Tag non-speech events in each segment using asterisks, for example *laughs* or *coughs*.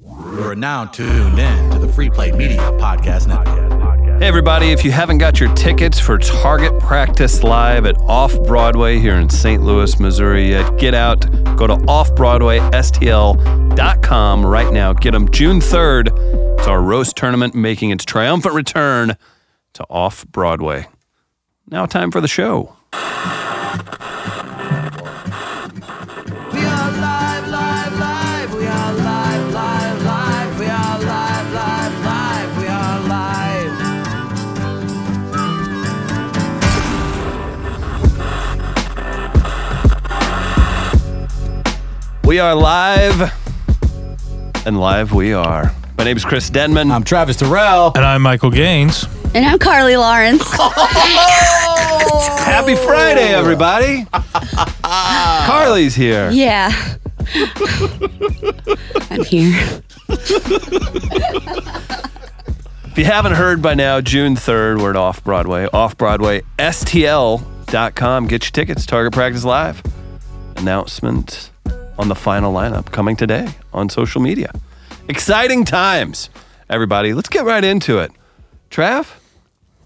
You are now tuned in to the Free Play Media Podcast Network. Hey, everybody, if you haven't got your tickets for Target Practice Live at Off Broadway here in St. Louis, Missouri yet, get out. Go to offbroadwaystl.com right now. Get them June 3rd. It's our roast tournament making its triumphant return to Off Broadway. Now, time for the show. We are live, live, live. We are live, live, live. We are live, live, live. We are live. We are live, and live we are. My name is Chris Denman. I'm Travis Terrell. And I'm Michael Gaines. And I'm *laughs* Carly Lawrence. Happy Friday, *laughs* everybody. Carly's here. yeah. I'm here. If you haven't heard by now, June 3rd, we're at Off Broadway. Off Broadway, STL.com. Get your tickets, Target Practice Live. Announcement on the final lineup coming today on social media. Exciting times, everybody. Let's get right into it. Trav,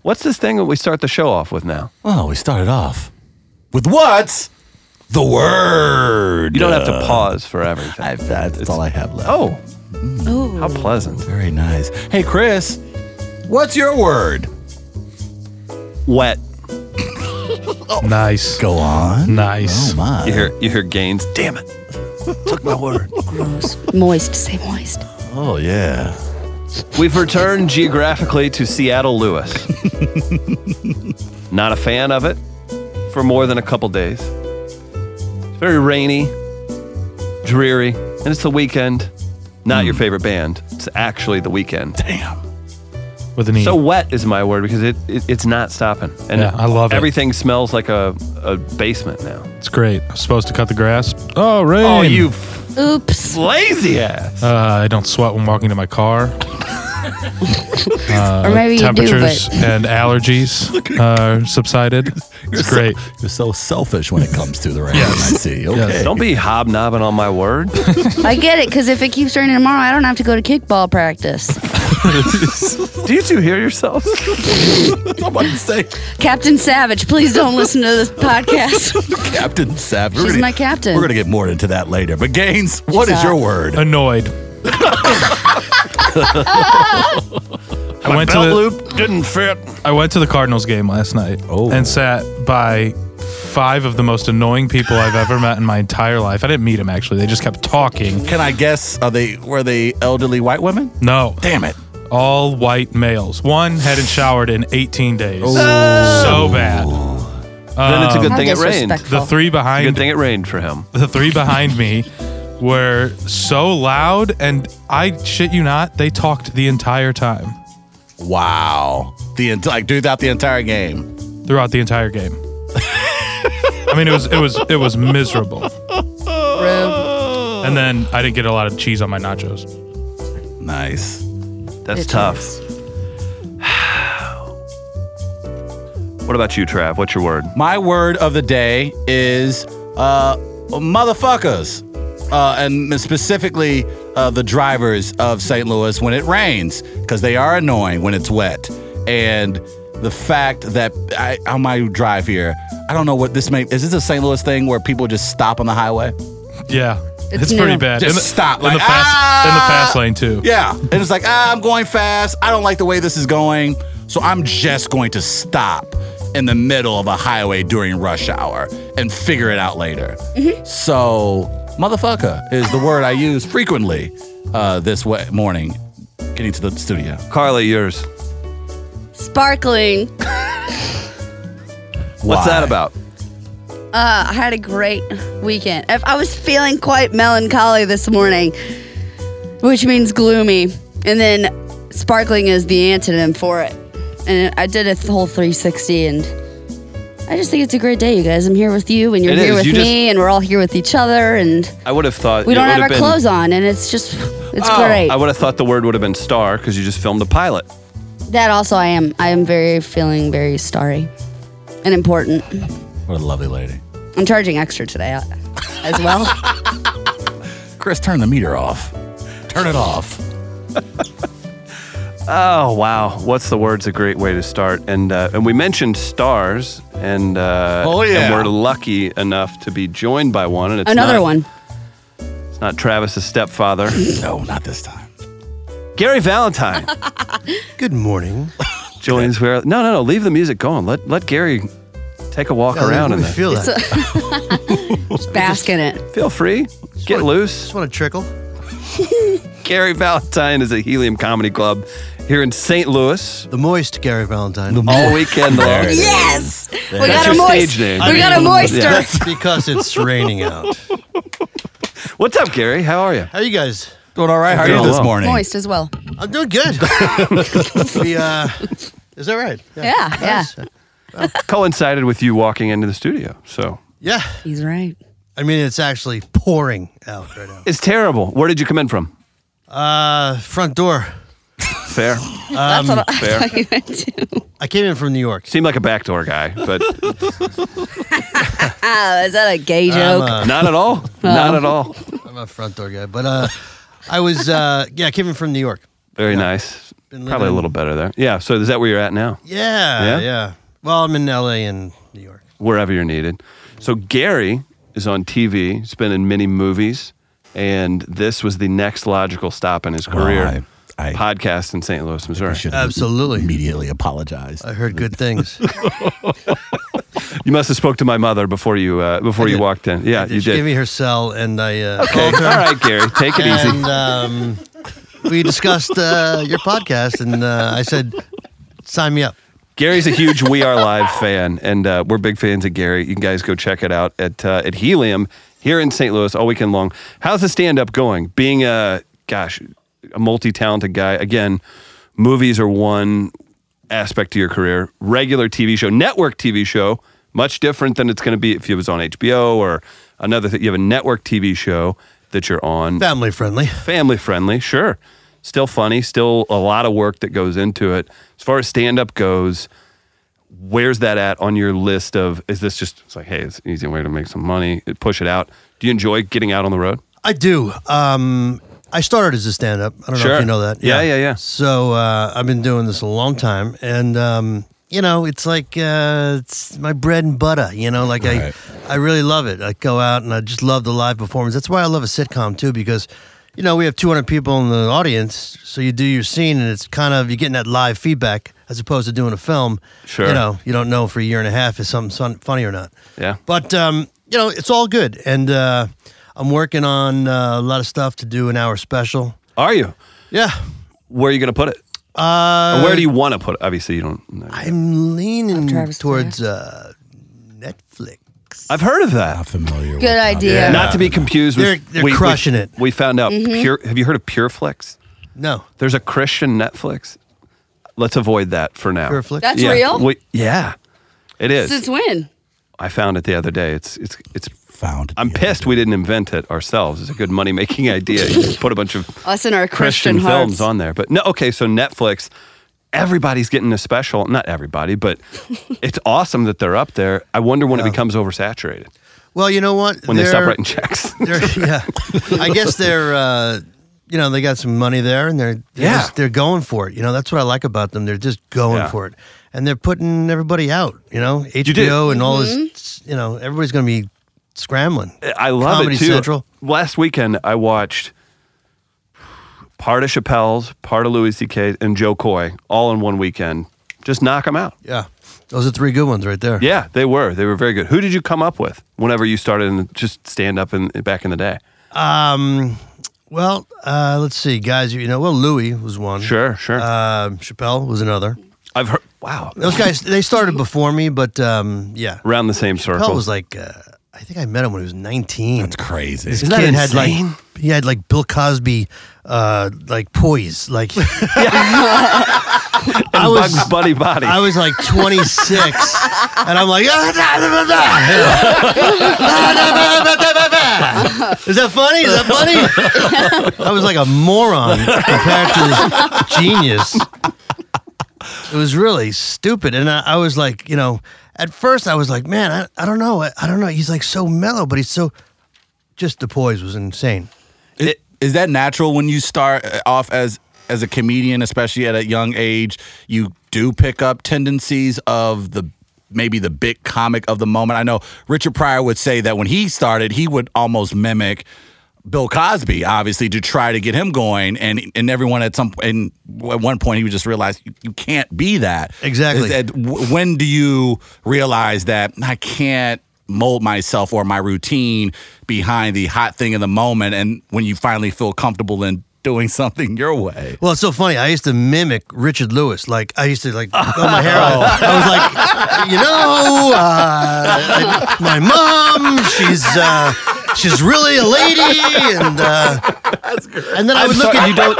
what's this thing that we start the show off with now? Well, we started off with what's the word. Uh, You don't have to pause for everything. I've, that's all I have left. Oh, Ooh. how pleasant. very nice. Hey, Chris, what's your word? Wet. Nice. Oh. Go on. Nice. Oh my. You hear, you hear Gaines. Damn it. Took my word. Moist. Say moist. Oh yeah. We've returned geographically to Seattle *laughs* Lewis. Not a fan of it for more than a couple days. It's very rainy, dreary, and it's the weekend. Not Hmm. your favorite band. It's actually the weekend. Damn. With an E. So wet is my word because it, it it's not stopping. And Yeah, I love it. Everything smells like a, a basement now. it's great. I'm supposed to cut the grass. Oh, rain. Oh, you f- Uh, Oops. lazy ass. Uh, I don't sweat when walking to my car. or maybe you do, Temperatures but *laughs* and allergies are subsided. It's great. You're so selfish when it comes to the rain. I see. Okay. *laughs* Don't be hobnobbing on my *laughs* word. I get it because if it keeps raining tomorrow, I don't have to go to kickball practice. Do you two hear yourselves? Someone say Captain Savage, please don't listen *laughs* to this podcast. Captain Savage. She's my captain. We're gonna get more into that later. But Gaines, what is hot. your word? *laughs* Annoyed. I went to Belt the, loop didn't fit. I went to the Cardinals game last night Oh. and sat by five of the most annoying people I've ever met in my entire life. I didn't meet them actually. They just kept talking. Can I guess? Are they were they elderly white women? No, Damn it. all white males. One hadn't showered in 18 days. So bad. Uh, then it's a good How thing it rained. disrespectful. The three Good behind thing it rained for him. the three behind me were so loud and I shit you not, they talked the entire time Wow. The ent- like throughout the entire game. throughout the entire game. I mean, it was it was it was miserable. Rude. And then I didn't get a lot of cheese on my nachos. Nice. That's It tough. is. What about you, Trav? What's your word? My word of the day is uh motherfuckers. Uh, and specifically uh, the drivers of St. Louis when it rains, because they are annoying when it's wet. And the fact that I, on my drive here, I don't know what this may. Is this a St. Louis thing where people just stop on the highway? Yeah, It's it's, new. pretty bad. Just In the- stop, in like, the fast in the "Ah!" fast lane too. Yeah. And it's like, ah, I'm going fast. I don't like the way this is going. So I'm just going to stop in the middle of a highway during rush hour and figure it out later. So, motherfucker is the word I use frequently uh, this wa- morning getting to the studio. Carly, yours. Sparkling. What's Why? that about? Uh, I had a great weekend. If I was feeling quite melancholy this morning, which means gloomy, and then sparkling is the antonym for it. And I did a th- whole 360, and I just think it's a great day, you guys. I'm here with you, and you're It here is. with You me, just- and we're all here with each other, and I would have thought we it don't would have our have been, Oh, clothes on, and it's just, it's great. I would have thought the word would have been star because you just filmed the pilot. that also, I am. I am very feeling very starry and important. What a lovely lady. I'm charging extra today uh, *laughs* as well. Chris, turn the meter off. Turn it off. Oh wow! What's the word's a great way to start, and uh, and we mentioned stars, and uh, Oh, yeah. and we're lucky enough to be joined by one, and it's Another not- one. It's not Travis's stepfather, *laughs* No, not this time. *laughs* Gary Valentine Good morning. joins. Where no, no, no, leave the music going. Let let Gary take a walk Yeah, around in let me there. feel that. Just Just bask in it. Feel free, get wanna- loose. want to trickle. Gary Valentine is a Helium Comedy Club here in St. Louis The moist Gary Valentine. all *laughs* weekend long. There it is. Yes, we That's got a your moist. stage name. We got a moister. Yeah. That's *laughs* because it's raining out. What's up, Gary? How are you? How you guys? Doing all right. How are you Doing this well. morning? Moist as well. I'm doing *laughs* good. we, uh, is that right? Yeah, yeah. Nice. *laughs* Coincided with you walking into the studio, so Yeah. He's right. I mean, it's actually pouring out *laughs* right now. it's terrible. Where did you come in from? Uh, front door. *laughs* Fair. Um, That's what I fair. thought you meant to. I came in from New York. Seemed like a backdoor guy, *laughs* but Uh-huh. Oh, is that a gay I'm joke? a, not at all. Not at all. I'm a front door guy, but uh, I was uh, yeah, I came in from New York. Very nice. Been Probably a living- little better there. Yeah. So is that where you're at now? Yeah, Yeah? yeah. Well, I'm in LA and New York. Wherever you're needed. So Gary is on TV. He's been in many movies, and this was the next logical stop in his career. Well, I- I- podcast in St. Louis, Missouri. Should have Absolutely. immediately apologized. Uh, I heard good *laughs* things. You must have spoke to my mother before you uh, before you did. walked in. Yeah, you She did. gave me her cell, and I uh, okay. called her. All right, Gary, take it easy. and um, we discussed uh, your podcast, and uh, I said, "Sign me up." *laughs* Gary's a huge We Are Live fan, and uh, we're big fans of Gary. You guys go check it out at uh, at Helium here in St. Louis all weekend long. How's the stand up going? Being a gosh, a multi talented guy again. Movies are one aspect to your career. Regular TV show, network TV show, much different than it's going to be if it was on HBO or another thing. You have a network TV show that you're on Family friendly. family friendly, sure. Still funny, still a lot of work that goes into it. As far as stand up goes, where's that at on your list of is this just it's like, hey, it's an easy way to make some money, push it out. Do you enjoy getting out on the road? I do. Um, I started as a stand-up. I don't know Sure. if you know that. Yeah, yeah, yeah. So uh, I've been doing this a long time, and um, you know, it's like uh, it's my bread and butter. You know, like Right. I, I really love it. I go out and I just love the live performance. That's why I love a sitcom too, because you know we have 200 people in the audience, so you do your scene, and it's kind of you're getting that live feedback as opposed to doing a film. Sure. You know, you don't know for a year and a half if something's fun- funny or not. Yeah. But um, you know, it's all good, and uh, I'm working on uh, a lot of stuff to do an hour special. Are you? Yeah. Where are you gonna put it? Uh, Or where do you want to put it? Obviously, you don't. know. I'm leaning Travis towards uh, Netflix. I've heard of that. Not familiar. with Good that. idea. Not to be confused with. They're- they're crushing it. We found out. Mm-hmm. Pure, have you heard of Pureflix? No, There's a Christian Netflix. Let's avoid that for now. Pureflix. That's yeah. real. We- yeah, it is. Since when? I found it the other day. It's it's it's. Found. I'm the- pissed we didn't invent it ourselves. It's a good money making *laughs* idea. You just put a bunch of Us and our Christian, Christian films hearts. on there, but no. Okay, so Netflix. Everybody's getting a special. Not everybody, *laughs* but it's awesome that they're up there. I wonder when it becomes oversaturated. Well, you know what? When they stop They're- writing checks. *laughs* *laughs* they're, yeah, I guess they're. Uh, you know, they got some money there, and they're, they're Yeah. just, they're going for it. You know, that's what I like about them. They're just going Yeah. for it, and they're putting everybody out. You know, HBO did. and all this. You know, everybody's going to be scrambling. I love Comedy it too. Central. Last weekend, I watched part of Chappelle's, part of Louis C.K.'s, and Joe Coy all in one weekend. Just knock them out. Yeah, those are three good ones right there. Yeah, they were. They were very good. Who did you come up with whenever you started in just stand up in back in the day? Um, well, uh, let's see, guys. You know, well, Louis was one. Sure, sure. Um, Chappelle was another. Uh, I've heard. Wow, Those guys, they started before me, but um, yeah. around the same circle. Chappelle was like, uh, I think I met him when he was 19. That's crazy. This that kid had like, insane? he had like Bill Cosby, uh, like poise. Like, *laughs* I was, Bugs *laughs* Bunny body. I was like 26, and I'm like, "Ah, da, da, da, da." You know? Da, da, da, da, da, da, da. is that funny? Is that funny? I was like a moron compared to this genius. It was really stupid, and I, I was like, you know, at first I was like, man, I, I don't know, I, I don't know. He's like so mellow, but he's so just the poise was insane. Is, is that natural when you start uh, off as as a comedian, especially at a young age, you do pick up tendencies of the maybe the big comic of the moment. I know Richard Pryor would say that when he started, he would almost mimic Bill Cosby, obviously, to try to get him going, and and everyone at some and at one point he would just realize you, you can't be that Exactly. At- w- when do you realize that I can't mold myself or my routine behind the hot thing in the moment? And when you finally feel comfortable in doing *laughs* something your way, Well, it's so funny. I used to mimic Richard Lewis. Like I used to *laughs* like comb my hair out. I was like, you know, uh, I- my mom. She's uh, she's really a lady, and uh, and then I would look at you. Don't. *laughs*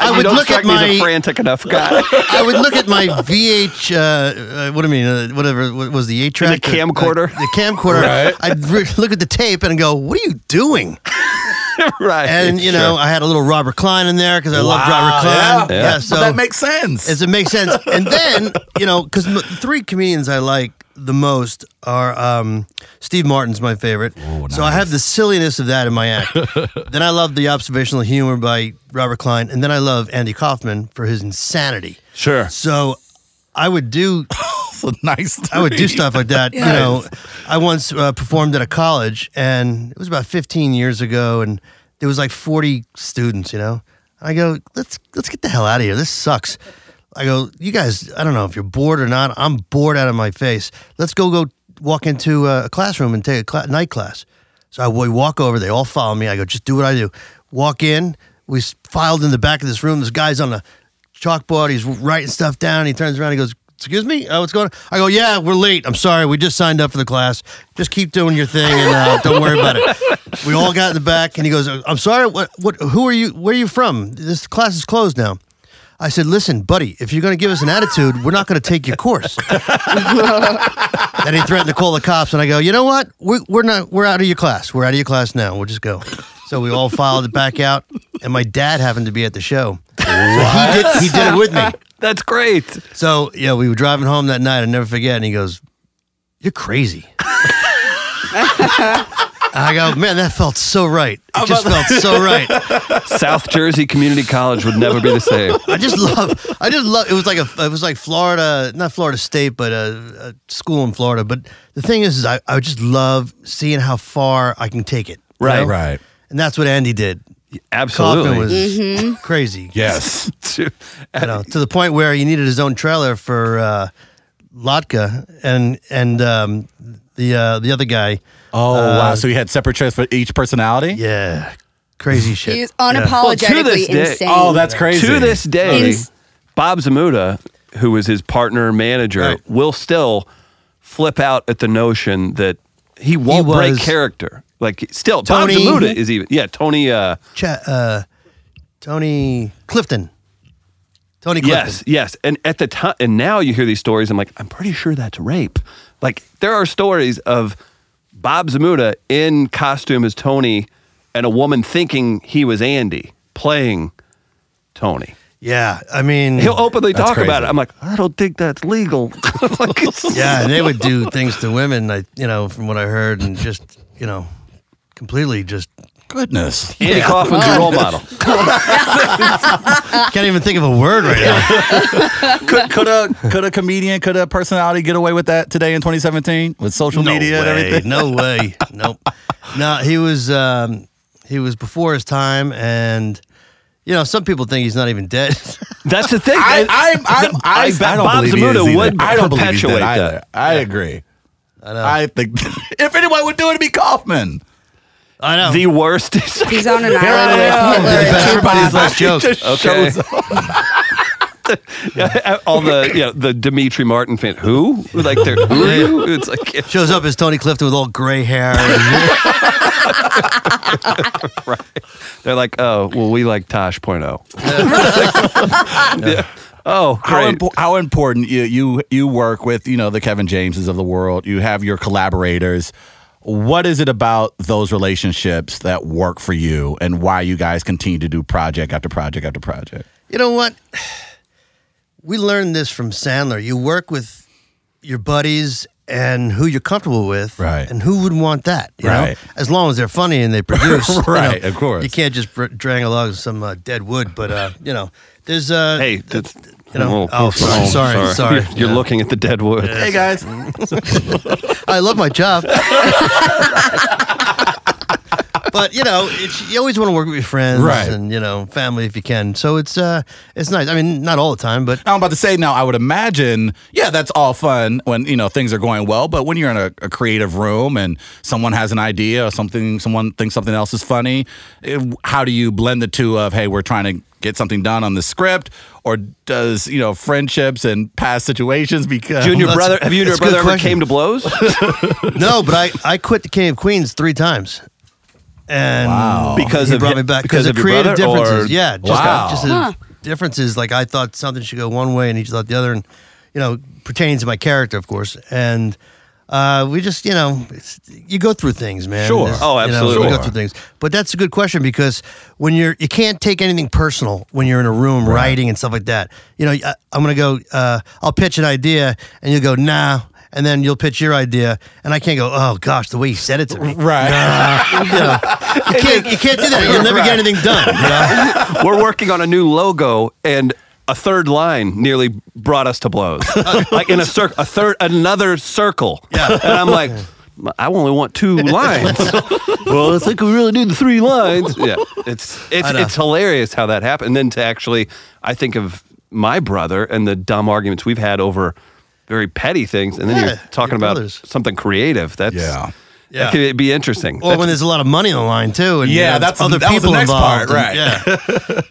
I you would don't look strike at me as a my. frantic enough *laughs* guy. *laughs* I would look at my VH. Uh, uh, what do I mean? Uh, whatever what was the eight track. Uh, camcorder. The, camcorder. Right. I'd re- look at the tape and go, "What are you doing?" *laughs* right. And you know, I had a little Robert Klein in there because I love Robert yeah. Klein. Yeah. Yeah, so but that makes sense. as it makes sense. And then you know, because the three comedians I like the most are um, Steve Martin's my favorite. So I have the silliness of that in my act. then I love the observational humor by Robert Klein, and then I love Andy Kaufman for his insanity. sure. So I would do *laughs* It's a nice. I would do three. stuff like that. You know, I once uh, performed at a college, and it was about 15 years ago, and there was like 40 students. You know, I go, let's let's get the hell out of here. This sucks. I go, you guys, I don't know if you're bored or not. I'm bored out of my face. Let's go go walk into uh, a classroom and take a cla- night class. So I we walk over. They all follow me. I go, just do what I do. Walk in. We s- filed in the back of this room. This guy's on the chalkboard. He's writing stuff down. He turns around. He goes, "Excuse me, uh, what's going on?" I go, "Yeah, we're late. I'm sorry. We just signed up for the class. Just keep doing your thing and uh, *laughs* don't worry about it." We all got in the back, and he goes, "Uh, "I'm sorry. What? What? Who are you? Where are you from? This class is closed now." I said, "Listen, buddy, if you're going to give us an attitude, we're not going to take your course." and he threatened to call the cops. And I go, "You know what? We're, we're not. We're out of your class. We're out of your class now. We'll just go." So we all filed it back out, and my dad happened to be at the show. So he did, he did it with me. That's great. So yeah, we were driving home that night. I never forget. And he goes, "You're crazy." *laughs* I go, man, that felt so right. It just felt so right. South Jersey Community College would never be the *laughs* same. I just love, I just love. It was like a, it was like Florida, not Florida State, but a, a school in Florida. But the thing is, is I, I just love seeing how far I can take it. you Right. know? Right. And that's what Andy did. Absolutely. Coffin was crazy. Yes. *laughs* Dude, you know, to the point where he needed his own trailer for uh, Lotka and and um, the uh, the other guy. Oh wow! So you had separate traits for each personality. Uh, Yeah, crazy shit. He's unapologetically this day- insane. Oh, that's crazy. to this day, Ins- Bob Zamuda, who was his partner manager, Right. will still flip out at the notion that he won't He break was- character. Like still, Tony- Bob Zamuda is even. Yeah, Tony. Uh, Cha- uh, Tony Clifton. Tony Clifton. yes, yes. And at the time, and now you hear these stories. I'm like, I'm pretty sure that's rape. Like there are stories of Bob Zamuda in costume as Tony, and a woman thinking he was Andy playing Tony. Yeah, I mean, He'll openly That's talk about crazy. it. I'm like, I don't think that's legal. *laughs* like, yeah, and they would do things to women. I, you know, from what I heard, and just you know, completely just Goodness. *laughs* Andy Kaufman's a role model. can't even think of a word right now. could could a could a comedian could a personality get away with that today in 2017 with social media and way, everything? *laughs* No way. Nope. No, he was um, he was before his time, and you know, some people think he's not even dead. *laughs* That's the thing. I, I'm, I'm, I, I bet I don't Bob believe he Zamuda is either. would I don't believe he's perpetuate dead that. either. I agree. I, think *laughs* if anyone would do it, it'd be Kaufman. I know. the worst. *laughs* He's on an I island am. with Hitler and Everybody's Tupac. *laughs* last joke. okay. All the you know, the Dimitri Martin fan. Who? Like they're who are you? *laughs* It's like yeah, Shows up as Tony Clifton with all gray hair. *laughs* And, right. They're like, oh, well, we like Tosh *laughs* point oh. *laughs* Yeah. Oh, How, great. impo- how important you, you you work with you know the Kevin Jameses of the world. You have your collaborators. What is it about those relationships that work for you, and why you guys continue to do project after project after project? you know what? We learned this from Sandler. You work with your buddies and who you're comfortable with, Right. And who would want that, you Right. know? As long as they're funny and they *laughs* produce, you know. Right, of course. You can't just br- drag along some uh, dead wood, but uh, you know, there's uh, Hey, that's, You know- oh, sorry, sorry, sorry. You're Yeah. looking at the dead wood. Hey guys. I love my job. but you know, it's, you always want to work with your friends Right. and you know family if you can. So it's uh, it's nice. I mean, not all the *laughs* time, but I'm about to say now, I would imagine, yeah, that's all fun when, you know, things are going well, but when you're in a, a creative room and someone has an idea or something, someone thinks something else is funny, eh, how do you blend the two of, hey, we're trying to get something done on the script or does, you know, friendships and past situations because You and your That's- brother, have you and your that's a good brother ever question. came to blows? *laughs* no. But I I quit the King of Queens three times. And Because he of Oh, brought hi- me back because of your creative brother, or- differences. yeah, just, Wow. just the differences. Like I thought something should go one way, and he thought the other, and you know, pertaining to my character, of course. And uh, we just, you know, it's, you go through things, man. Sure. It's- Oh, you know, absolutely. we Sure. go through things. But that's a good question because when you're, you can't take anything personal when you're in a room writing and stuff like that. You know, I, I'm gonna go. Uh, I'll pitch an idea, and you'll go, nah. And then you'll pitch your idea, and I can't go. Oh gosh, the way he said it to me Right. you, know, *laughs* you can't you can't do that. You'll never get anything done. You *laughs* know? We're working on a new logo and a third line nearly brought us to *laughs* blows. like in a circle, a third, another circle. Yeah. And I'm like, I only want *laughs* two lines. well, it's like we really need the three lines. Yeah. It's it's I know. it's hilarious how that happened. And then to actually I think of my brother and the dumb arguments we've had over very petty things and then Yeah, you're talking your about brothers. something creative. That's Yeah. Yeah. That could be interesting. Or when there's a lot of money on the line too, and you Yeah, know, that's- other that was the people next part, involved.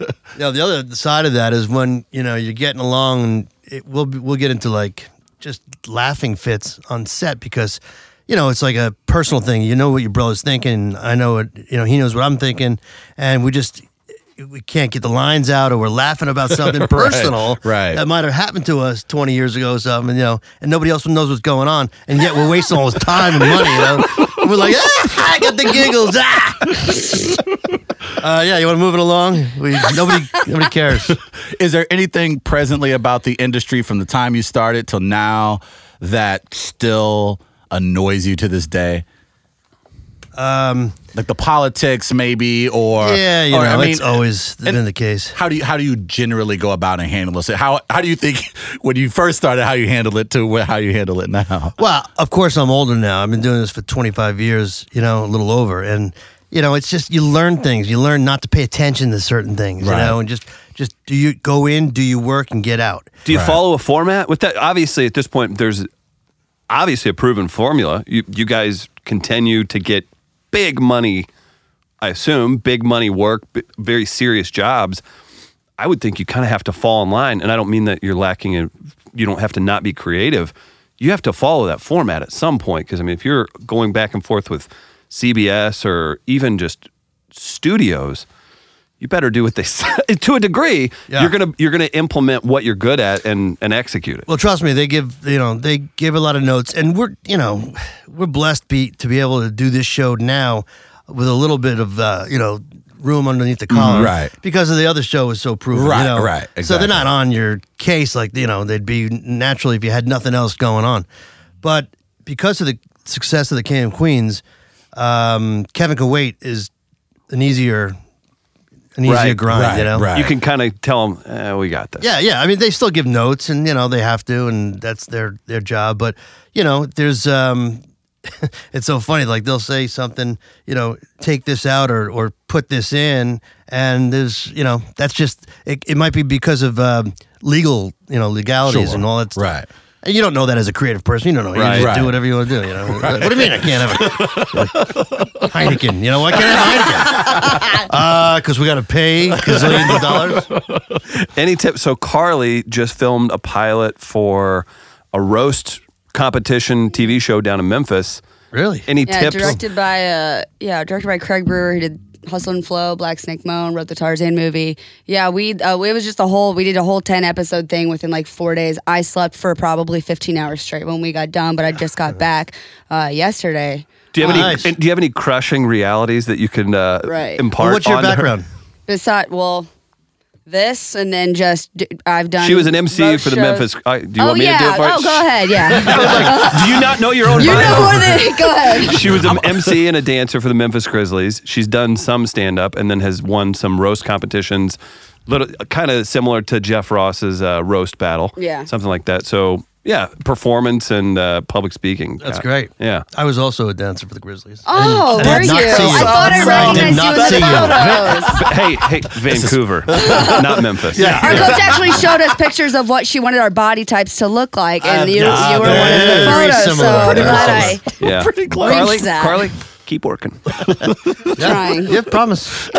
*laughs* and- yeah. now the other side of that is when you know you're getting along, and it, we'll be- we'll get into like just laughing fits on set because you know it's like a personal thing. You know what your brother's thinking. I know what you know. He knows what I'm thinking, and we just. We can't get the lines out, or we're laughing about *laughs* something personal right. that might have happened to us 20 years ago or something, you know, and nobody else knows what's going on. And yet we're wasting all this time and money, you know. We're like, ah, I got the giggles. Ah. *laughs* Uh, yeah, you want to move it along? We, nobody, nobody cares. *laughs* Is there anything presently about the industry from the time you started till now that still annoys you to this day? Um, Like the politics, maybe, or yeah, you or, know, I mean, it's always been and- the case. How do you how do you generally go about and handle this? How how do you think *laughs* when you first started how you handled it to wh- how you handle it now? *laughs* Well, of course, I'm older now. I've been doing this for 25 years, you know, a little over. And, you know, it's just you learn things. You learn not to pay attention to certain things, Right. you know, and just, just do you go in, do you work, and get out. Do you follow a format with that? Obviously, at this point, there's obviously a proven formula. You you guys continue to get big money, I assume, big money work, b- very serious jobs. I would think you kind of have to fall in line, and I don't mean that you're lacking in. You don't have to not be creative. You have to follow that format at some point because I mean, if you're going back and forth with CBS or even just studios, you better do what they *laughs* say to a degree. Yeah. You're gonna you're gonna implement what you're good at and and execute it. Well, trust me, they give you know they give a lot of notes, and we're you know we're blessed be to be able to do this show now with a little bit of uh, you know room underneath the collar, Mm, right. Because of the other show was so proven, you Right, know? right, So exactly. they're not on your case like you know they'd be naturally if you had nothing else going on, but because of the success of the King of Queens, um, Kevin Kuwait is an easier an easier Right, grind, right, you know, right. You can kind of tell them eh, we got this. yeah, yeah. I mean, they still give notes, and you know they have to, and that's their their job. But you know, there's um, *laughs* it's so funny. Like they'll say something, you know, take this out or or put this in, and there's you know that's just it. It might be because of um, legal, you know, legalities Sure, and all that stuff. right. And you don't know that as a creative person. You don't know. You Right. just Right. do whatever you want to do. *laughs* You know. What do you mean I can't have a Heineken? You know, I can't *laughs* I have Heineken? Because we got to pay gazillions of dollars. Any tips? So Carly just filmed a pilot for a roast competition TV show down in Memphis. Really? Any Yeah, tips? directed by uh yeah, directed by Craig Brewer. He did Hustle and Flow, Black Snake Moan, wrote the Tarzan movie. Yeah, we uh, it was just a whole we did a whole ten episode thing within like four days. I slept for probably fifteen hours straight when we got done, but I just got back uh, yesterday. Do you have any? Nice. and Do you have any crushing realities that you can uh, Right. impart? what's your on her? background? Beside well, this and then just d- I've done. She was an MC both for the shows. Memphis. I, do you oh want me yeah. to do it for you? oh, go *laughs* ahead. Yeah. *laughs* Do you not know your own you bio? know more than go ahead. She was an MC and a dancer for the Memphis Grizzlies. She's done some stand up and then has won some roast competitions, little kind of similar to Jeff Ross's uh, roast battle. Yeah. Something like that. So, yeah, performance and uh, public speaking. That's God. great. Yeah. *laughs* I was also a dancer for the Grizzlies. Oh, I did were you? not I see you. thought I I did recognized not you see in the you. photos. *laughs* But hey, hey, Vancouver, not Memphis. Our coach actually showed us pictures of what she wanted our body types to look like, and you, yeah, you were one of the very photos. similar. So I'm Pretty glad I close. *laughs* Yeah. Oh, Pretty close. Carly, reached that. Carly, keep working. *laughs* trying. Yeah, promise. so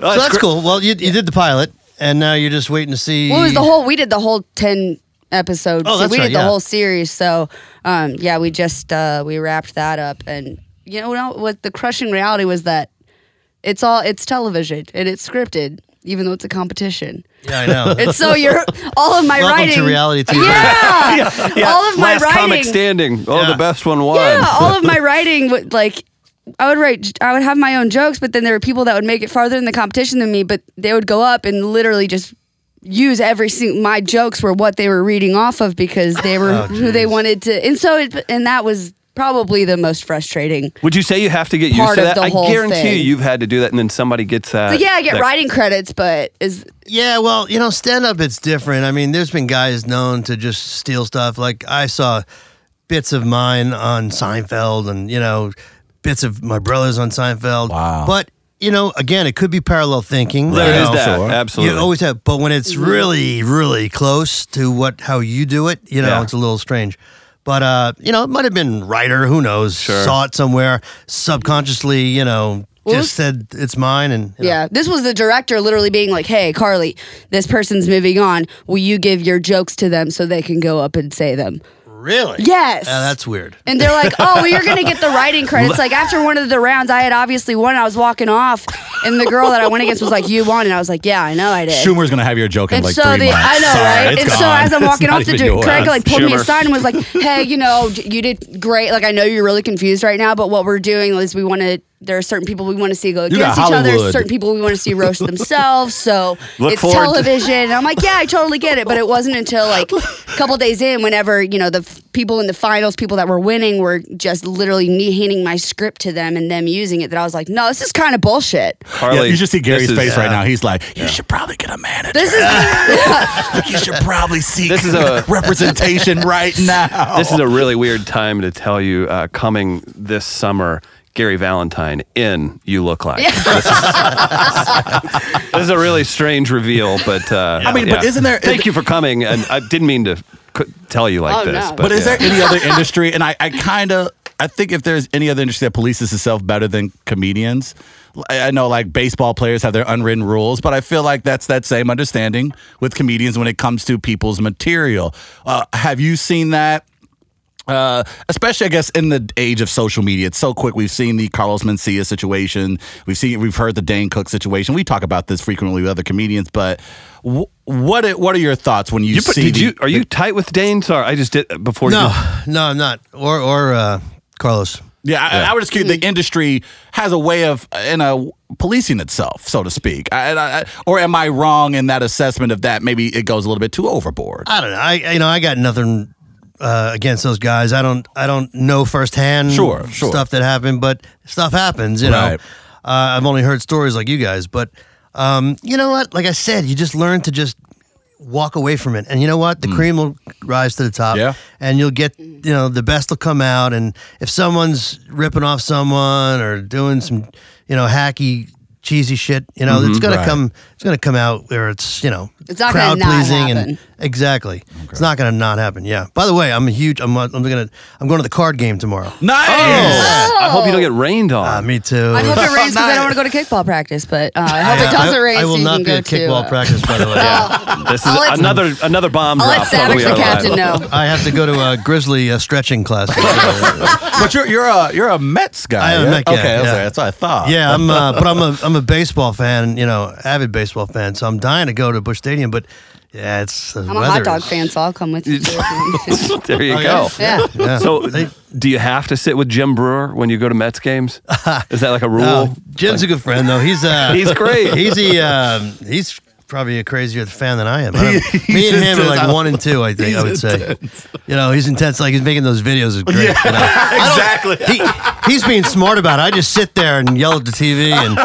that's cool. Well, you, you did the pilot, and now you're just waiting to see. Well, it was the whole. We did the whole ten episode. Oh, so that's we right, did the yeah. whole series. So, um, yeah, we just uh, we wrapped that up, and you know, no, what the crushing reality was that it's all it's television and it's scripted, even though it's a competition. Yeah, *laughs* I know. And so *laughs* you're all of my Welcome writing to reality TV. Yeah, all of my Last comic writing. standing. Oh, Yeah. the best one won. Yeah, all of my writing would like. I would write. I would have my own jokes, but then there were people that would make it farther in the competition than me. But they would go up and literally just use every single. My jokes were what they were reading off of because they were who they wanted to. And so, it, and that was probably the most frustrating. Would you say you have to get used Part to of that? the I whole guarantee thing. you, you've had to do that, and then somebody gets that. But yeah, I get that- writing credits, but is Yeah, well, you know, stand up it's different. I mean, there's been guys known to just steal stuff. Like I saw bits of mine on Seinfeld and, you know, bits of my brothers on Seinfeld. Wow. But, you know, again, it could be parallel thinking. There you is know. that. sure. Absolutely. You always have, but when it's really, really close to what how you do it, you know, Yeah. it's a little strange. But uh, you know, it might have been writer, who knows? Saw it somewhere subconsciously, you know, just said it's mine, and you know. Yeah, this was the director literally being like, "Hey, Carly, this person's moving on. Will you give your jokes to them so they can go up and say them?" really, Yes. Yeah, that's weird. And they're like, "Oh, well, you're gonna get the writing credits." Like after one of the rounds, I had obviously won. I was walking off, and the girl that I went against was like, "You won," and I was like, "Yeah, I know, I did." Schumer's gonna have your joke in and like so three the months. I know, Sorry, right? it's And so gone. as I'm walking *laughs* It's off, not the even dude, yours. Craig like pulled me Schumer. aside and *laughs* was like, "Hey, you know, d- you did great. Like I know you're really confused right now, but what we're doing is we want to." There are certain people we want to see go got against each other. Hollywood. Certain people we want to see *laughs* roast themselves. So Look it's forward to- television. And I'm like, yeah, I totally get it. But it wasn't *laughs* until like a couple days in, whenever you know the f- people in the finals, people that were winning, were just literally me handing my script to them and them using it, that I was like, no, this is kind of bullshit. Yeah, Carly, you should see Gary's this is- uh, face right now. He's like, you should probably get a manager. *laughs* This *laughs* is. you should probably seek This is a- representation *laughs* right now. uh, This is a really weird time to tell you uh, coming this summer. Gary Valentine in You Look Like. This, is, *laughs* this is a really strange reveal, but uh, I mean, but isn't there- Thank you for coming, and I didn't mean to c- tell you like Oh, this. no. But is yeah. there any other industry? And I, I kind of, I think if there's any other industry that polices itself better than comedians, I I know like baseball players have their unwritten rules, but I feel like that's that same understanding with comedians when it comes to people's material. Uh, have you seen that? Uh, especially, I guess, in the age of social media, it's so quick. We've seen the Carlos Mencia situation. We've seen, we've heard the Dane Cook situation. We talk about this frequently with other comedians. But wh- what, are- what are your thoughts when you, You put- see? did the- you? Are you tight with Dane? Sorry, I just did before. you did- No, no, I'm not. Or or uh, Carlos. Yeah, I, I would just keep the industry has a way of uh, in a policing itself, so to speak. I, and I, I- or am I wrong in that assessment of that? Maybe it goes a little bit too overboard. I don't know. I you know I got nothing uh, against those guys. I don't I don't know firsthand Sure, sure. stuff that happened, but stuff happens. You know. Right. Uh, I've only heard stories like you guys, but um, you know what? Like I said, you just learn to just walk away from it, and you know what? The cream will rise to the top. Mm. Yeah. and you'll get you know the best will come out and if someone's ripping off someone or doing some you know hacky cheesy shit you know it's gonna Mm-hmm. Right. come it's gonna come out where it's you know It's not gonna crowd not pleasing happen. and exactly it's not gonna not happen yeah by the way i'm a huge i'm, I'm gonna i'm going to the card game tomorrow Nice. Oh. Oh, I hope you don't get rained on. uh, me too I hope it rains because I don't want to go to kickball practice, but uh, I hope Yeah, it doesn't I- rain. I will so you can not be go at to, kickball uh, Oh. practice, *laughs* by the *laughs* way. This is I'll let- another another bomb I'll drop. let Savage We are the captain live. know. I have to go to a Grizzly uh, stretching class. *laughs* but you're you're a you're a Mets guy. I am a yeah? Met guy, Okay, I was yeah. like, that's what I thought. Yeah, I'm. Uh, but I'm a I'm a baseball fan. You know, avid baseball fan. So I'm dying to go to Bush Stadium. But Yeah, it's the I'm a hot dog fan, so I'll *laughs* come with you. too if you want to. *laughs* there you Okay. go. yeah. Yeah. So, They- do you have to sit with Jim Brewer when you go to Mets *laughs* games? Is that Oh, like a rule? No, Jim's a good friend though. He's uh, *laughs* He's great. *laughs* He's the um, he's probably a crazier fan than I *laughs* am. I don't- me and him are like one and two. I think I would say. You know, he's intense. Like he's making those videos is great. you know. I don't- He, he's being smart about it. I just sit there and yell at the TV *laughs* and.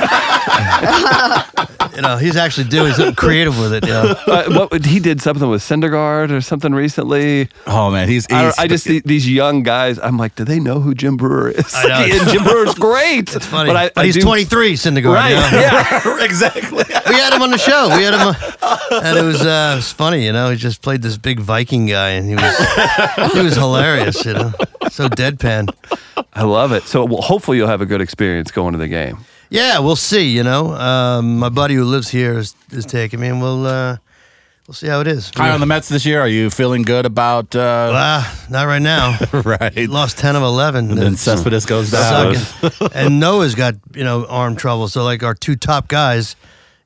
You know, he's actually doing something creative with it. You know. Uh, what would- he did something with Syndergaard or something recently. Oh man, he's. I, he's don't- I just see these young guys. I'm like, do they know who Jim Brewer is? I know. *laughs* and Jim *laughs* Brewer's great. It's Funny. But, I, I he's do- 23, Syndergaard. Right? you know? *laughs* Yeah. exactly. we had him on the show. We had him, on, and it was uh, it was funny, you know. He just played this big Viking guy, and he was he was hilarious, you know. So deadpan. I love it. So well, hopefully you'll have a good experience going to the game. Yeah, we'll see. You know, um, my buddy who lives here is, is taking me, and we'll uh, we'll see how it is. High on the Mets this year. Are you feeling good about? Uh, Uh, not right now. *laughs* right. Lost ten of eleven. Then It's Cespedes goes down. *laughs* sucking. and Noah's got you know arm trouble. So like our two top guys,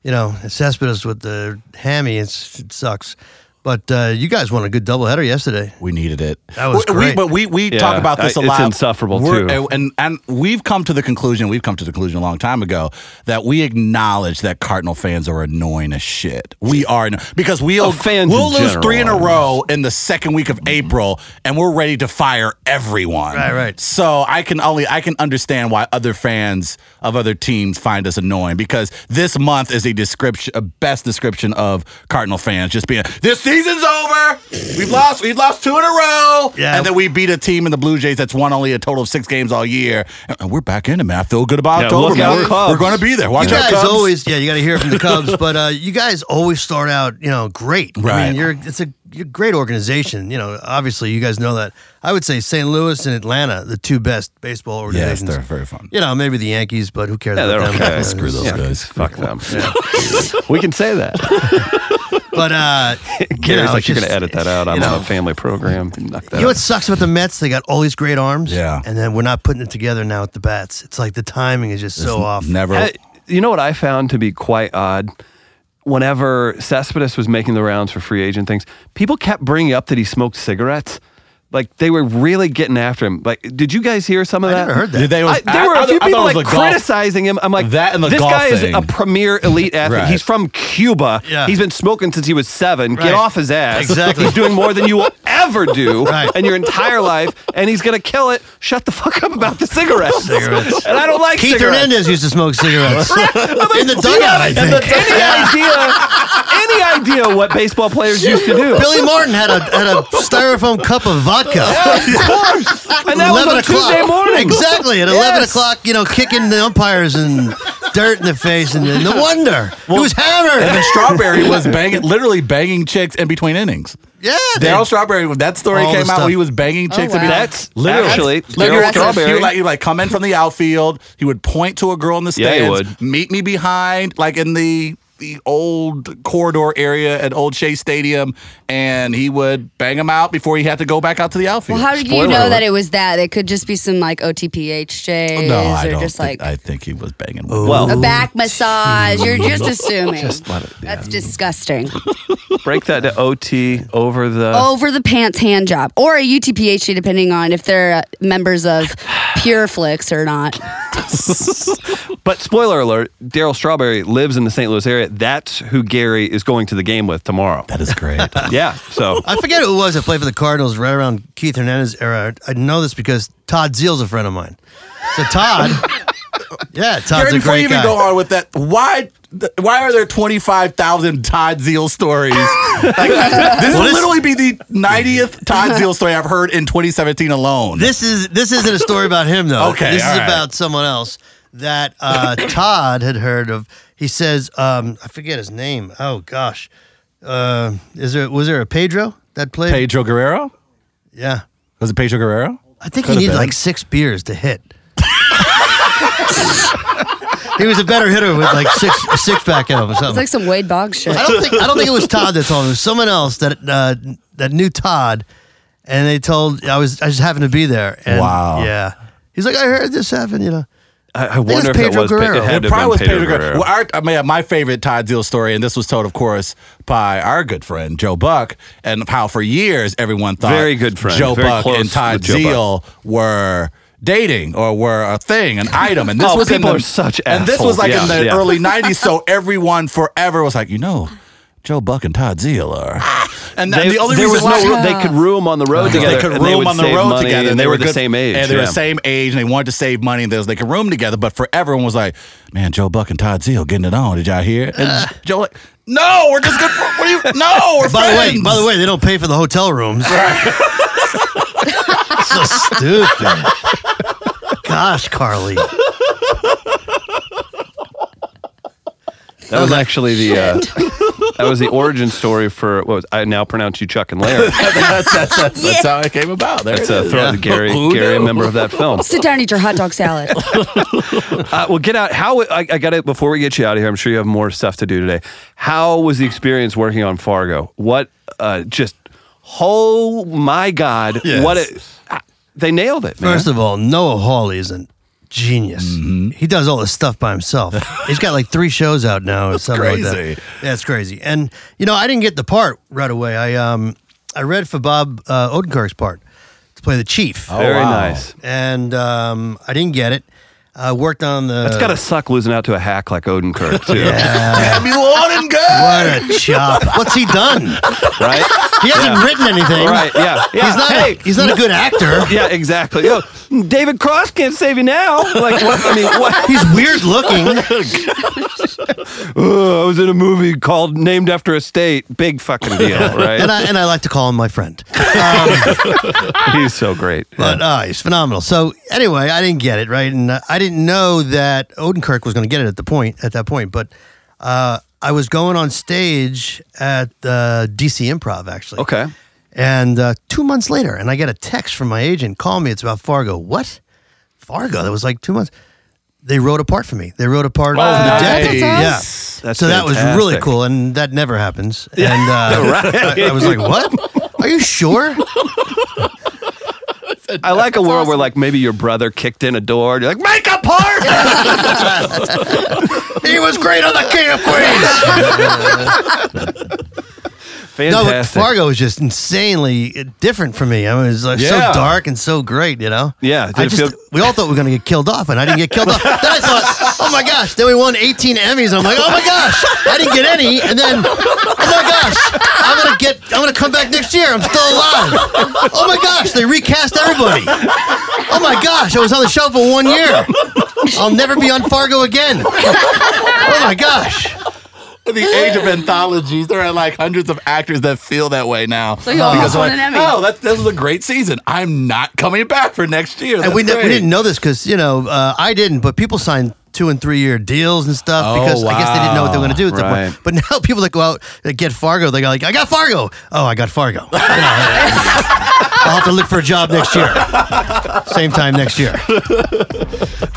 you know, Cespedes with the hammy, it's, it sucks. But uh, you guys won a good doubleheader yesterday. We needed it. That was we, We, great. but we, we Yeah, talk about this a I- it's lot. insufferable, We're- too. And, and we've come to the conclusion, we've come to the conclusion a long time ago, that we acknowledge that Cardinal fans are annoying as shit. We are, anno- because we'll, Oh, fans we'll in lose three in a general. row in the second week of April, and we're ready to fire everyone. Right, right. So I can only, I can understand why other fans of other teams find us annoying, because this month is a description, a best description of Cardinal fans just being, this season's over. We've lost, we've lost two in a row. Yeah. And then we beat a team in the Blue Jays that's won only a total of six games all year. And- And we're back in it, man. I feel good about Yeah, October, look man. out, We're, Cubs. we're going to be there. Watch you out, guys Cubs. always yeah you got to hear it from the cubs but uh, you guys always start out you know great i Right. mean you're it's a you're a great organization you know obviously you guys know that i would say st louis and atlanta the two best baseball yes, organizations they're very fun. you know maybe the yankees but who cares Yeah, they're about them? okay. Screw those Yeah. guys. Fuck them. we can say that. *laughs* but uh you Gary's know, like, you're just- going to edit that out. I'm on a family program. Knock that you know out. what sucks about the Mets? They got all these great arms, Yeah. and then we're not putting it together now with the bats. It's like the timing is just so off. Never. I- you know what I found to be quite odd? Whenever Cespedes was making the rounds for free agent things, people kept bringing up that he smoked cigarettes. Like they were really getting after him. Like, did you guys hear some of I that? never heard that. They I, was- there were I- I a few thought it people was like the golf- criticizing him. I'm like, That and the this golf guy thing. is a premier elite athlete. Right. He's from Cuba. Yeah. He's been smoking since he was seven. Right. Get off his ass. Exactly. He's doing more than you will *laughs* ever do Right. in your entire life, and he's gonna kill it. Shut the fuck up about the cigarettes. Cigarettes. And I don't like Keith cigarettes. Hernandez used to smoke cigarettes in the dugout. I And think. the- *laughs* any idea, any idea what baseball players used to do? Billy Martin had a had a styrofoam cup of *laughs* vodka. of *laughs* course. And that was on Tuesday morning. Exactly at eleven Yes. o'clock. You know, kicking the umpires and dirt in the face, and no wonder he was and hammered. then Strawberry *laughs* was banging, literally banging chicks in between innings. *laughs* Yeah, they- Daryl Strawberry, that story All the came out stuff. where he was banging Oh, chicks. in wow. between- That's Literally. actually Like, he Daryl would- He Strawberry. would like, he would like come in from the outfield. He would point to a girl in the Yeah, he stands. would. Meet me behind, like in the the old corridor area at Old Shea Stadium, and he would bang him out before he had to go back out to the outfield. Well, how did Spoiler you know alert. that it was that? It could just be some like OTPH days no, I or don't. just think, like I think he was banging. a Well, back massage. *laughs* You're just assuming. let it- yeah. That's disgusting. break that to OT over the. Over the pants hand job or a UTPH, depending on if they're uh, members of Pureflix or not. But spoiler alert: Daryl Strawberry lives in the St. Louis area. That's who Gary is going to the game with *laughs* tomorrow. that is great. Yeah. So I forget who it was that played for the Cardinals right around Keith Hernandez era. I know this because Todd Zeal's a friend of mine. So Todd, yeah, Todd's Gary, a before you great even guy. go on with that, why th- why are there 25,000 Todd Zeal *laughs* stories? like, this will literally be the 90th Todd Zeal story I've heard in 2017 alone. This is this isn't a story about him though. Okay, this all is right. about someone else that *coughs* uh, Todd had heard of. He says, um, I forget his name. Oh gosh, uh, is there was there a Pedro that played? Pedro Guerrero? Yeah, Was it Pedro Guerrero? I think Could've he needed been. like six beers to hit. *laughs* he was a better hitter with like six a six pack in him or It's something. like some Wade Boggs shit. I don't think I don't think it was Todd that told him. It was someone else that uh, that knew Todd, and they told I was I just happened to be there. And Wow. Yeah. He's like, I heard this happen, you know. I, I wonder if was that Pedro was Pe- Guerrero. It, had It to It have probably been was Pedro, Guerrero. Guerrero. Well, our, I mean, my favorite Todd Zeal story, and this was told, of course, by our good friend Joe Buck, and how for years everyone thought Very good friend. Joe Very Buck close and Todd with Joe Buck. Zeal were dating or were a thing, an item. And this Oh, was in people the, are such And this was assholes. like Yeah, in the yeah. *laughs* early '90s, so everyone forever was like, you know, Joe Buck and Todd Zeal are, and, that- Ah, They, the only there reason was why no, they could room on the road because together. They could and room would on the save road money, together, and they, were the good- same age. and they were yeah. the same age, and they wanted to save money. And they was they could room together, but for everyone was like, "Man, Joe Buck and Todd Zeal getting it on." Did y'all hear? And Joe, like, no, we're just good. For, what are you? No, we're By the way, friends." by the way, they don't pay for the hotel rooms. *laughs* so stupid. Gosh, Carly. That was actually the uh, *laughs* that was the origin story for what was, I now pronounce you Chuck and Larry. that's, that's, that's, that's how it came about. There That's it a is. throw to Gary, Gary, a member of that film. Sit down and eat your hot *laughs* dog salad. Uh, well, get out. How I, I got it before we get you out of here. I'm sure you have more stuff to do today. How was the experience working on Fargo? What uh, just oh my god! Yes. What it, uh, they nailed it, man. Mm-hmm. First of all, Noah Hawley is a genius. He does all this stuff *laughs* by himself. He's got like three shows out now or something like crazy. that. Yeah, it's crazy. And you know, I didn't get the part right away. I um I read for Bob uh, Odenkirk's part to play the chief, Very wow. nice. and um, I didn't get it. I worked on the. It's gotta suck losing out to a hack like Odenkirk too, Damn you, Lauren, good. *laughs* What a chop! What's he done? right? He hasn't written anything. Right? Yeah. yeah. He's not. Hey, a, he's not a *laughs* good actor. yeah, exactly. Yo, David Cross can't save you now. Like, what, I mean, what? *laughs* He's *laughs* weird looking. I was in a movie called Named After a State. Big fucking deal, *laughs* and right? I and I like to call him my friend. Um, He's so great. But uh, he's phenomenal. So anyway, I didn't get it right, and uh, I didn't know that Odenkirk was going to get it at the point at that point. But uh, I was going on stage at uh, DC Improv actually. Okay. And uh, two months later, and I get a text from my agent. Call me. It's about Fargo. What? Fargo? That was like two months. They wrote a part for me. They wrote a part for the nice. deck. Yeah. That's so that was really fantastic. cool, and that never *laughs* happens. And uh, I, I was like, "What? Are *laughs* you sure?" I like a world where, like, maybe your brother kicked in a door. And you're like, make a *laughs* part. He was great on the King of Queens. no, but Fantastic. Fargo was just insanely different for me. I mean, it was like Yeah. so dark and so great, you know. Yeah, did I it just, feel- we all thought we were going to get killed off, and I didn't get killed off. Then I thought, oh my gosh! Then we won 18 Emmys. I'm like, oh my gosh! I didn't get any, and then oh my gosh! I'm gonna get. I'm gonna come back next year. I'm still alive. Oh my gosh! They recast everybody. Oh my gosh! I was on the show for one year. I'll never be on Fargo again. Oh my gosh! In the age of anthologies, there are like hundreds of actors that feel that way now. So you almost Because won like, an Emmy. Oh, that, this was a great season. I'm not coming back for next year. and we, That's ne- we great. didn't know this because you know uh, I didn't, but people signed two and three year deals and stuff Oh, because I guess they didn't know what they were going to do. At wow. that point. But now *laughs* people that go out that get Fargo, they go like, "I got Fargo." Oh, I got Fargo. *laughs* You know, I'll have to look for a job *laughs* next year. Same time next year.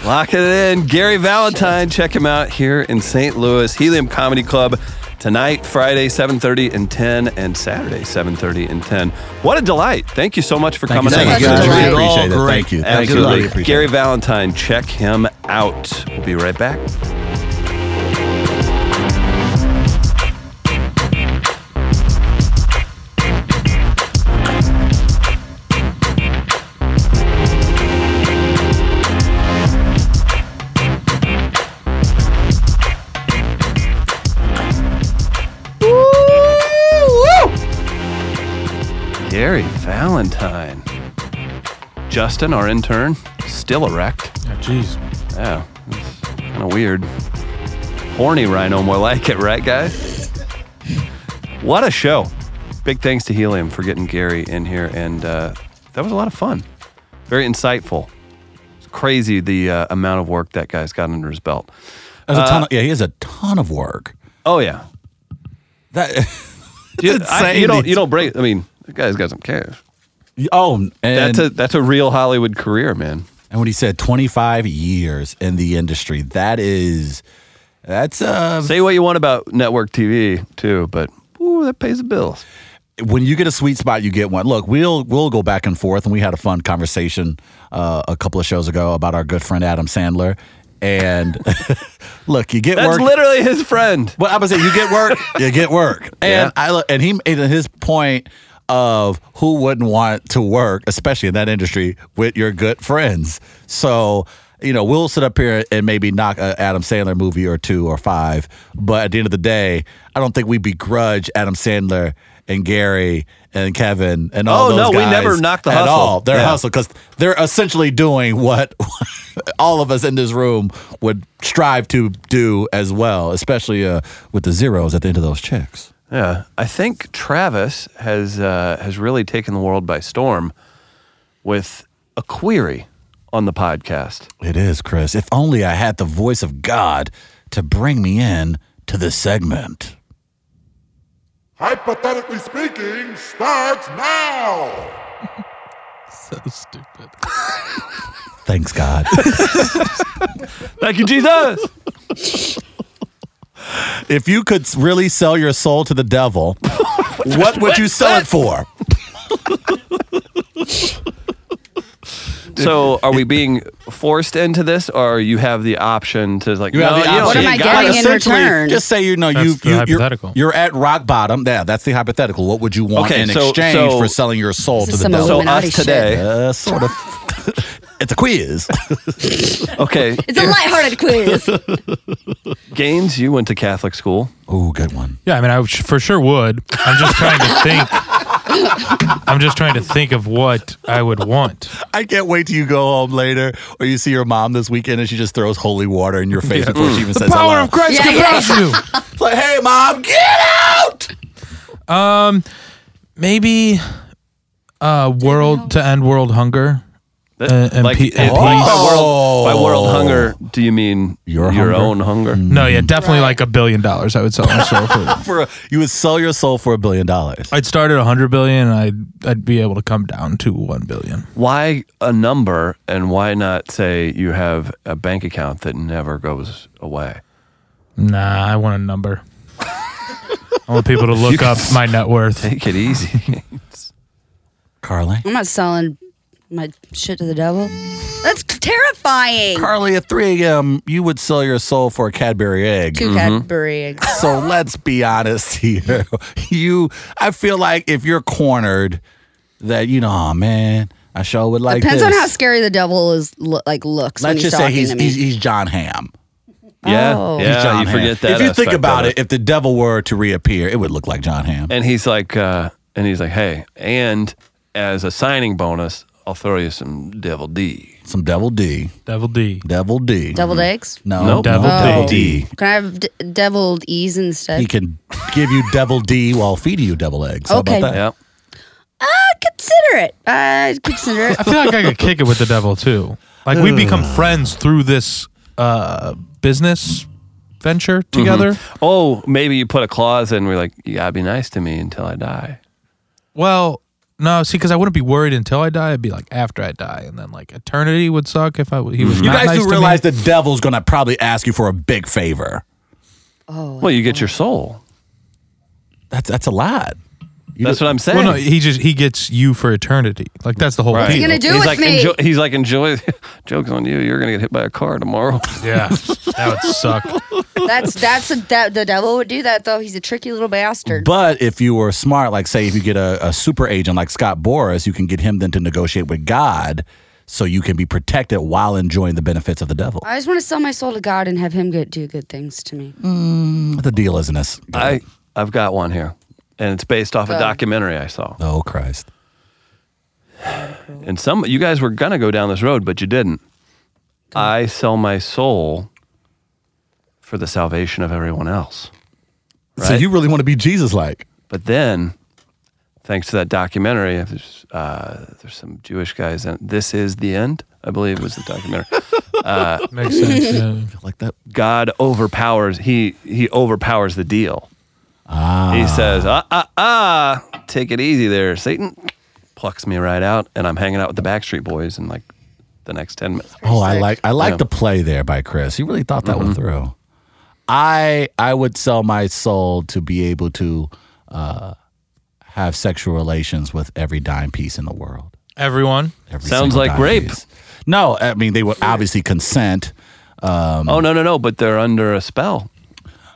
Lock it in. Gary Valentine, check him out here in St. Louis, Helium Comedy Club tonight, Friday, 7:30 and 10 and Saturday, 7:30 and 10. What a delight. Thank you so much for coming so out. much, Such a guys. delight. Really appreciate it. All Thank great. you. Thank you. Really Absolutely. appreciate Gary it. Valentine, check him out. We'll be right back. Gary Valentine. Justin, our intern, still erect. Jeez. Yeah, kind of weird. Horny rhino, more like it, right, guys? What a show! Big thanks to Helium for getting Gary in here, and uh, that was a lot of fun. Very insightful. It's crazy the uh, amount of work that guy's got under his belt. There's a ton Uh, of, yeah, he has a ton of work. Oh yeah, That. *laughs* you, It's I- you insane. don't you don't break. I mean, the guy's got some cash. Oh, and That's a that's a real Hollywood career, man. And when he said 25 years in the industry, that is, that's uh, Say what you want about network TV too, but ooh, that pays the bills. when you get a sweet spot, you get one. Look, we'll we'll go back and forth, and we had a fun conversation uh, a couple of shows ago about our good friend Adam Sandler. And *laughs* look, you get That's work. literally his friend. Well, I would say you get *laughs* work, you get work. And Yeah. I look, and he made his point of who wouldn't want to work, especially in that industry, with your good friends. So you know, we'll sit up here and maybe knock an Adam Sandler movie or two or five, but at the end of the day, I don't think we begrudge Adam Sandler and Gary and Kevin and all Oh, those no, we guys never knock the at hustle. all. They're Yeah. hustle because they're essentially doing what *laughs* all of us in this room would strive to do as well, especially uh, with the zeros at the end of those checks. Yeah, I think Travis has uh, has really taken the world by storm with a query on the podcast. It is, Chris. If only I had the voice of God to bring me in to this segment. Hypothetically speaking, starts now! So stupid. Thanks, God. Thank you, Jesus. *laughs* if you could really sell your soul to the devil, *laughs* what would you sell it for? *laughs* so, are we being forced into this, or you have the option to like? You no, have the you option. don't What am need I getting God. in Essentially, return? Just say you know That's you, the you hypothetical. you're, you're at rock bottom. Yeah, that's the hypothetical. What would you want Okay, in so- exchange so- for selling your soul This to is the some devil? So Illuminati us shit. today. Uh, sort of. *laughs* it's a quiz. Okay, It's a lighthearted quiz. *laughs* Gaines, you went to Catholic school. Ooh, good one. Yeah, I mean, I sh- for sure would. I'm just trying to think. I'm just trying to think *laughs* of what I would want. I can't wait till you go home later or you see your mom this weekend and she just throws holy water in your face before she even says Power hello. of Christ Yeah, compels you. It's like, hey, mom, get out! Um, Maybe uh, world to end world hunger. That- Uh, and like, pe- it- and by, peace. world, by world hunger, do you mean Your hunger? your, own hunger? No, yeah, definitely like a billion dollars. I would sell my soul for. *laughs* For a, you would sell your soul for a billion dollars. I'd start at 100 billion and I'd, I'd be able to come down to 1 billion. Why a number, and why not say you have a bank account that never goes away? *laughs* Nah, I want a number. I want people to look up my net worth. Take it *laughs* easy. Carly? I'm not selling my shit to the devil. That's terrifying. Carly, at 3 a.m., you would sell your soul for a Cadbury egg. Two Cadbury eggs. So let's be honest here. *laughs* You, I feel like if you're cornered, that, you know, oh, man, I sure would like Depends this. on how scary the devil is. Lo- like looks when Let's he's just say talking he's, to me. he's, he's John Ham. Yeah, Oh. yeah. John you Hamm. forget that. If you think aspect about of it, if the devil were to reappear, it would look like John Ham. and he's like, uh, and he's like, hey, and as a signing bonus, I'll throw you some Devil D. Some devil D, Devil D. devil D. Deviled eggs. Mm-hmm. no, Nope. devil, Devil devil D. D. Can I have d- deviled ease instead? He can give you devil D while feeding you devil eggs. How Okay. about that? Yeah. I'd Ah, consider it. I'd consider *laughs* it. I feel like I could kick it with the devil too. Like we *sighs* become friends through this uh, business venture Mm-hmm. together. Oh, maybe you put a clause in where like you gotta be nice to me until I die. Well, no, see, because I wouldn't be worried until I die. I'd be like after I die, and then like eternity would suck if I w- he was. Mm-hmm. You not guys nice to do me. realize the devil's going to probably ask you for a big favor. Well, you get your soul. That's that's a lot. You That's do- what I'm saying. Well, no, he just he gets you for eternity. Like that's the whole Right. What's he deal. gonna do he's with like, me? Enjoy, he's like, enjoy. *laughs* Jokes on you. You're gonna get hit by a car tomorrow. yeah, that would suck. That's that's a, that the devil would do that though. He's a tricky little bastard. But if you were smart, like say if you get a, a super agent like Scott Boris, you can get him then to negotiate with God, so you can be protected while enjoying the benefits of the devil. I just want to sell my soul to God and have Him go do good things to me. the deal isn't as I I've got one here, and it's based off a Go. documentary I saw. oh Christ. And some you guys were gonna go down this road, but you didn't. I sell my soul for the salvation of everyone else. So Right. you really want to be Jesus like? But then, thanks to that documentary, if there's, uh, there's some Jewish guys in This Is the End, I believe was the documentary. Makes sense. Yeah. Like that? God overpowers, he, he overpowers the deal. He says, ah, ah, ah, take it easy there, Satan. Plucks me right out, and I'm hanging out with the Backstreet Boys in like the next 10 minutes. Oh, I sick. like I like Yeah. Mm-hmm. the play there by Chris. He really thought that one through. I I would sell my soul to be able to uh, have sexual relations with every dime piece in the world. Everyone. Every Sounds single like dime rape. piece. No, I mean they would obviously consent. oh no, no, no! But they're under a spell.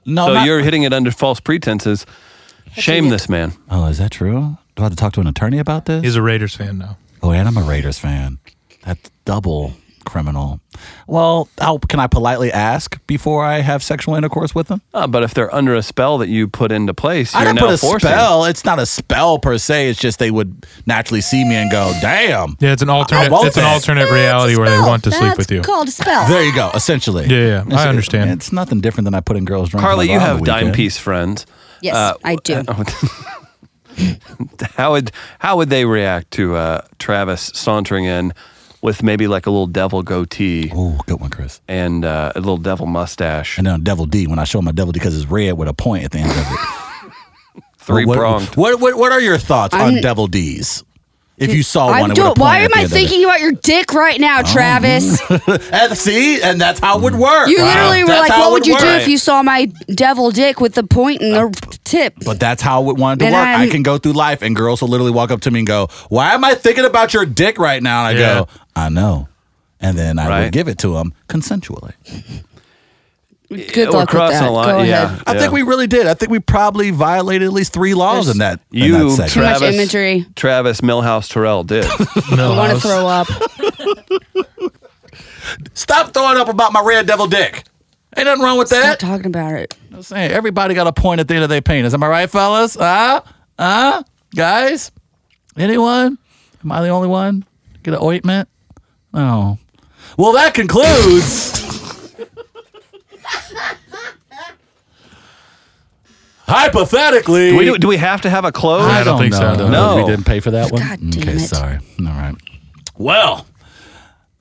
No, so not- you're hitting it under false pretenses. Shame this man. Oh, is that true? Do I have to talk to an attorney about this? He's a Raiders fan now. oh, and I'm a Raiders fan. That's double criminal. Well, how can I politely ask before I have sexual intercourse with them? Ah, but if they're under a spell that you put into place, you're I didn't now put a forcing. spell. It's not a spell per se. It's just they would naturally see me and go, "Damn." Yeah, it's an alternate. won't It's an that. alternate That's a reality where they spell. want to sleep That's with you. called a spell. There you go. Essentially. Yeah, yeah, I It's- understand. It's nothing different than I put in girls' drunk. Carly, club you on the have dime weekend. piece friends. *laughs* yes, Uh, I do. how would how would they react to uh, Travis sauntering in with maybe like a little devil goatee Ooh, good one, Chris. and uh, a little devil mustache, And then a devil D when I show my devil D because it's red with a point at the end of it. *laughs* three what, pronged? What, what what are your thoughts on I'm- devil D's? If you saw one, I'm it doing. with Oh, a Why point am at the I end of it. Oh. thinking about your dick right *laughs* now, Travis? And see, and that's how it would work. You literally were That's like, how it "What would you do work. if you saw my devil dick with the point and the tip?" But that's how it wanted to Then work. i I'm- can go through life, and girls will literally walk up to me and go, "Why am I thinking about your dick right now?" And I Yeah. go, "I know," and then I Right. would give it to them consensually. Good We're luck with crossing that. a line, Go yeah. ahead. I Yeah. think we really did. I think we probably violated at least three laws in that. in You, that section. Too much Travis, imagery. Travis Millhouse Terrell *laughs* did. No, I want I to was- throw up. *laughs* Stop throwing up about my red devil dick. Ain't nothing wrong with Stop that. talking about it. I'm saying everybody got a point at the end of their penis. Am I right, fellas? Huh? Huh? Guys? Anyone? Am I the only one? Get an ointment? No. Well, that concludes. Hypothetically, do, we, do we have to have a close? I don't, don't think know. so. No. we didn't pay for that one. God damn okay, it. sorry. All right. Well,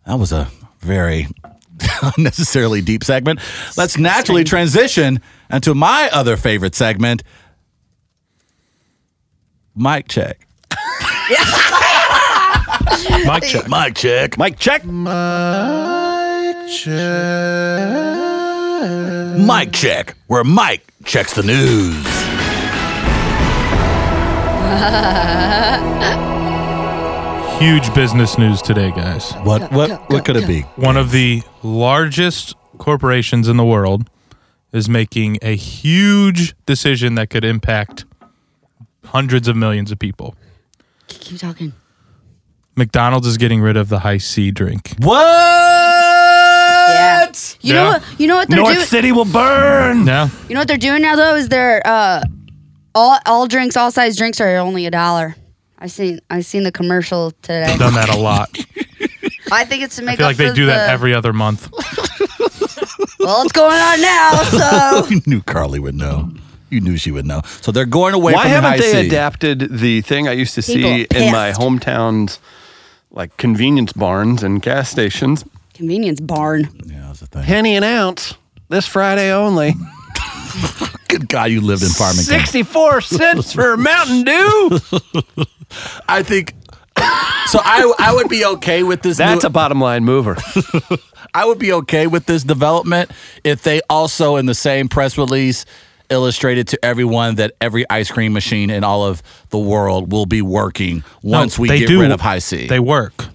that was a very *laughs* unnecessarily deep segment. Let's naturally transition into my other favorite segment, mic check. Mic check. Mic check. Mike, check. Mic check. Where Mike checks the news. Huge business news today, guys. What what what could it be? One of the largest corporations in the world is making a huge decision that could impact hundreds of millions of people. Keep talking. McDonald's is getting rid of the high C drink. What? Yeah. You know Yeah. what? You know what they're doing. City will burn. Yeah. You know what they're doing now though is they're uh, all all drinks, all size drinks are only a dollar. I seen I seen the commercial *laughs* today. Done that a lot. I think it's to make I feel up like they for do that the- every other month. Well, it's going on now, so *laughs* You knew Carly would know. You knew she would know. So they're going away Why from the high haven't they C. adapted the thing I used to People see are in my pissed. hometown's like convenience barns and gas stations? convenience barn. Yeah, that's the thing. Penny an ounce this Friday only. Good God, you lived in Farmington. 64 cents for Mountain Dew. I think *laughs* so. I I would be okay with this. That's new, a bottom line mover. I would be okay with this development if they also in the same press release illustrated to everyone that every ice cream machine in all of the world will be working once we They get do- rid of high C. They work.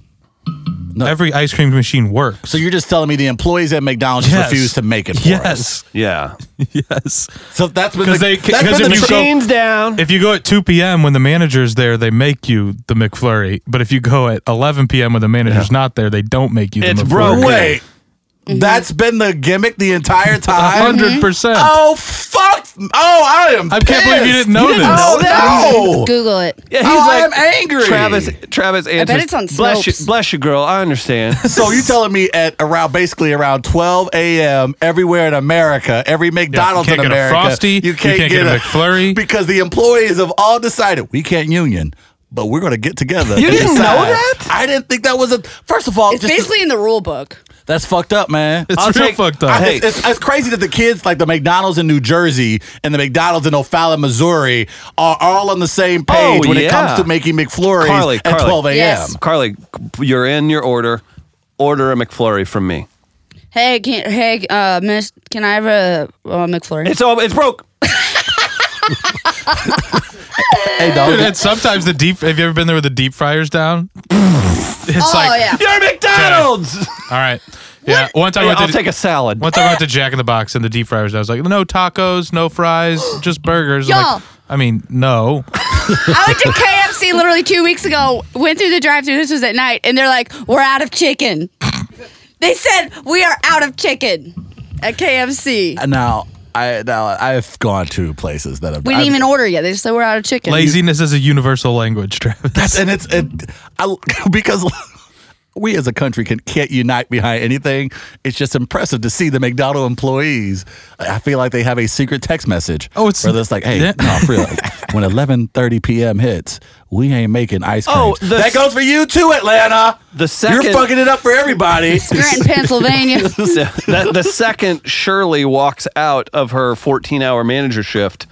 Every ice cream machine works. so you're just telling me the employees at McDonald's just Yes. refuse to make it for us. yes. Yeah. *laughs* Yes. So that's been 'Cause the, they- that's been 'cause the if you tra- go- Jeans down. If you go at 2 p.m. when the manager's there, they make you the McFlurry. But if you go at 11 p.m. when the manager's not there, they don't make you the It's McFlurry. broken. Oh, wait. That's been the gimmick the entire time. 100%. Oh fuck! Oh, I am. I can't believe you pissed. didn't *laughs* know this. Oh no! Google it. Yeah, he's Oh, like, I'm angry. Travis, Travis answers. it's on bless you, Snopes." bless you, girl. I understand. So you telling me at around basically around 12 a.m. everywhere in America, every McDonald's can't in get a America, Frosty, you can't get a *laughs* McFlurry. because the employees have all decided we can't union, but we're going to get together. You and didn't know decide." that? I didn't think that was a. First of all, It's just the- basically in the rule book. that's fucked up, man. It's I'll real take- fucked I- up. Hey. it's, it's, it's crazy that the kids like the McDonald's in New Jersey and the McDonald's in O'Fallon, Missouri, are all on the same page Oh, when it yeah. comes to making McFlurries Carly, at Carly. 12 a.m. Yes. Carly, you're in your order. Order a McFlurry from me. Hey, can hey uh miss can I have a uh, McFlurry? It's all. It's broke. Hey, dog. Dude, and sometimes the deep. Have you ever been *laughs* there with the deep fryers down? It's oh *laughs* like, yeah. You're McDonald's. all right, Yeah. One time Hey, I I'll went to, take a salad. Once I went to Jack in the Box and the deep fryers, I was like, no tacos, no fries, just burgers. I'm Y'all. Like, I mean, *laughs* no. I went to KFC literally two weeks ago, went through the drive thru. This was at night, and they're like, we're out of chicken. They said, we are out of chicken at KFC. Now, I now I've gone to places that have We didn't even order yet. They just said, we're out of chicken. Laziness is a universal language, Travis. That's and it's it, I, *laughs* because we as a country can can't unite behind anything. It's just impressive to see the McDonald employees. I feel like they have a secret text message. Oh, it's- where it's like, hey, Yeah. no, for real, when eleven thirty p.m. hits, we ain't making ice cream. Oh, the that s- goes for you too, Atlanta. The second- you're fucking it up for everybody. You're in *laughs* Pennsylvania. Yeah. *laughs* the, the second Shirley walks out of her 14 hour manager shift,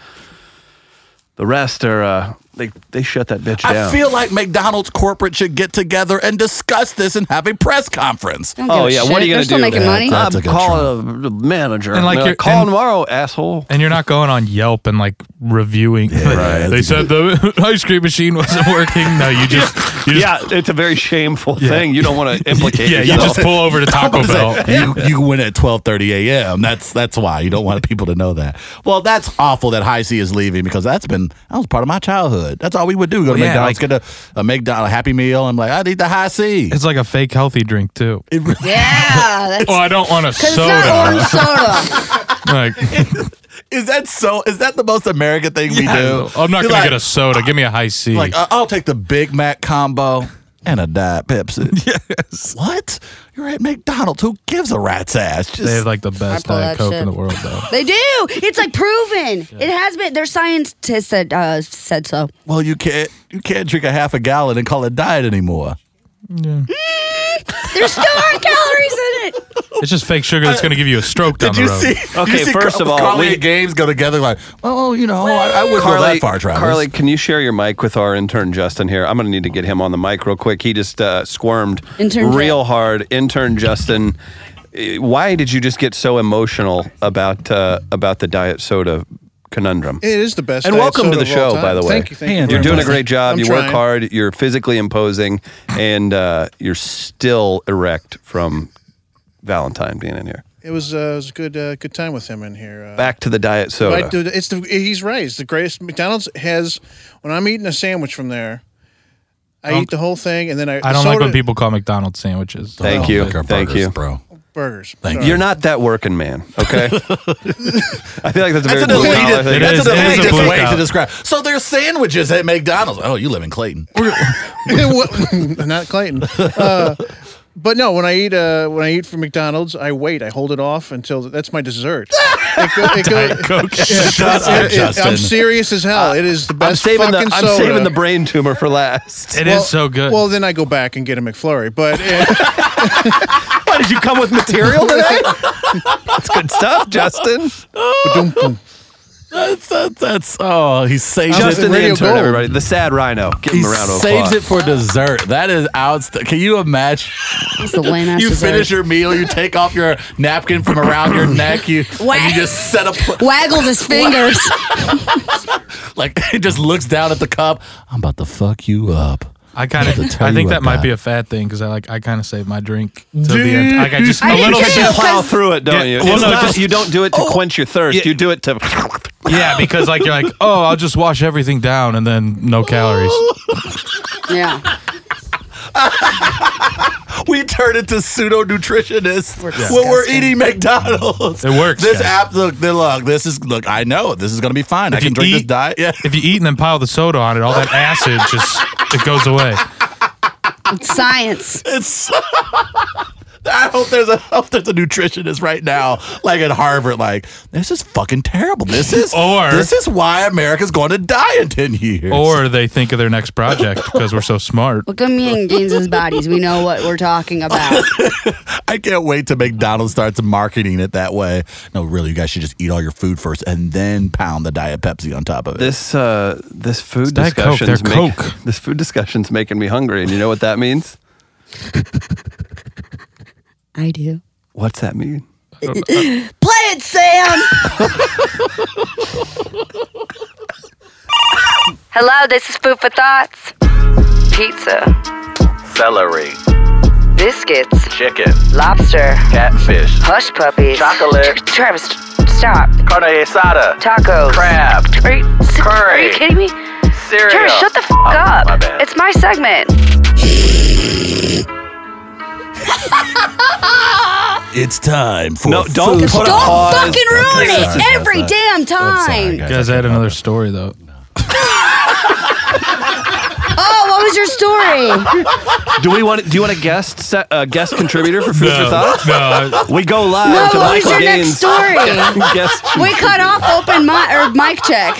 the rest are, uh, they, they shut that bitch down. I feel like McDonald's corporate should get together and discuss this and have a press conference. I don't Oh give a yeah, what shit. are you They're gonna still do? making money. That's a I'm good calling a manager. And, And like, like, you're- call and- tomorrow, asshole. And you're not going on Yelp and like reviewing. right. *laughs* they said the ice cream machine wasn't working. No, you just you just yeah, it's a very shameful thing. You don't want to implicate. *laughs* yeah, you yourself. just pull over to *laughs* Taco Bell. you, you win at 12:30 a.m. That's that's why you don't want people to know that. Well, that's awful that High C is leaving because that's been that was part of my childhood. That's all we would do: go to yeah, McDonald's, like- get a, a McDonald's a Happy Meal. I'm like, I need the High C. It's like a fake healthy drink too. Yeah, that's *laughs* Well, Oh, I don't want a Because it's soda. not orange soda. *laughs* Like, Is that so? Is that the most American thing we do? I'm not You're gonna like, get a soda. Give me a high C. like I- I'll take the Big Mac combo and a diet *laughs* Pepsi. yes. What? You're at McDonald's. Who gives a rat's ass? Just they have like the best I pull Diet that Coke shit. in the world, though. They do. It's like proven. It has been. Their scientists said uh, said so. well, you can't you can't drink a half a gallon and call it diet anymore. There's still are *laughs* calories in it. *laughs* It's just fake sugar that's going to give you a stroke down Did the you *laughs* road. see? Okay, you see first Car- of all, Carly we- and Games go together like, oh, you know, I, I wouldn't go that far, Travis. Carly, can you share your mic with our intern Justin here? I'm going to need to get him on the mic real quick. He just uh, squirmed Intern Ju- real hard. Intern Justin, eh, why did you just get so emotional about uh, about the diet soda conundrum? It is the best. and diet welcome to soda the of all show, time. by the way. Thank you. Thank you. You're very doing a much. great job. I'm you work trying. hard. You're physically imposing, and uh, you're still erect from Valentine being in here. It was, uh, it was a good, uh, good time with him in here. Uh, Back to the diet soda. Right, dude, it's the he's right. It's the greatest. McDonald's has when I'm eating a sandwich from there, I eat the whole thing and then I. I don't like soda- when people call McDonald's sandwiches. I Thank don't you. like our Thank Oh, burgers, you. bro. burgers. Thank Sorry. You're not that working man, okay? *laughs* I feel like that's a very That's a blue collar deleted, thing. that's It a is- it is a deleted blue way to collar. describe. So there's sandwiches at McDonald's. Oh, you live in Clayton. *laughs* What- not Clayton. Uh, but no, when I eat uh, when I eat from McDonald's, I wait. I hold it off until that's my dessert. It go- it go- Shut up, it- it- I'm Justin. serious as hell. it is the Uh, I'm best saving the fucking I'm soda. saving the brain tumor for *laughs* last. It is so good. Well, then I go back and get a McFlurry. But *laughs* Why did you come with material today? *laughs* That's good stuff, Justin. That's, that's, that's oh, he saves Justin it. the Radio intern, Gold. everybody. The sad rhino. Give He him a round of saves applause. it for dessert. That is outstanding. Can you imagine? It's the lame ass You dessert. finish your meal, you take off your napkin from around *laughs* your neck, you and Whack. you just set up *laughs* Waggles his fingers. like *laughs* he just looks down at the cup. I'm about to fuck you up. I kind I have to of tell I you think what, that might God. be a fad thing because I like I kind of save my drink till the end. Like, I got just a I little did bit. too. You plow 'cause- through it, don't Yeah, you? well, It's no, not- just- you don't do it to quench your thirst. Yeah. You do it to. Yeah, because like you're like, oh, I'll just wash everything down and then no calories. *laughs* yeah. We turn into pseudo nutritionists We're when we're disgusting. eating McDonald's. It works, This guys. app, look, then look, this is look. I know this is gonna be fine. I If can you drink this eat- diet. Yeah, If you eat and then pile the soda on it, all that acid just it goes away. It's science. it's. *laughs* I hope there's a I hope there's a nutritionist right now, like at Harvard, like this is fucking terrible. This is *laughs* Or- this is why America's going to die in ten years. Or they think of their next project because we're so smart. Look at me and Gaines's bodies. We know what we're *laughs* talking about. I can't wait till McDonald's starts marketing it that way. No, really, you guys should just eat all your food first and then pound the Diet Pepsi on top of it. This uh, this food Diet Coke, they're discussion's make- Coke. this food discussion's making me hungry, and you know what that means? I do. What's that mean? Play it, Sam. Hello, this is Food for Thoughts. Pizza. Celery. biscuits, Chicken, lobster, catfish, hush puppies, Chocolate. Travis, stop. carne asada, Tacos. crab, Are you, are Curry. you kidding me? cereal. Travis, shut the f Oh, up. My bad. It's my segment. It's time for No, don't food. put a Don't pause. fucking ruin Okay, it sorry. every I'm damn time. guys. You guys, I had another story though. oh, what was your *laughs* story? Do we want? Do you want a guest se- uh, guest contributor for food for thought? no, We go live No, to what was Michael your Gaines. *laughs* next story? guest. *laughs* we cut off open mic or mic check.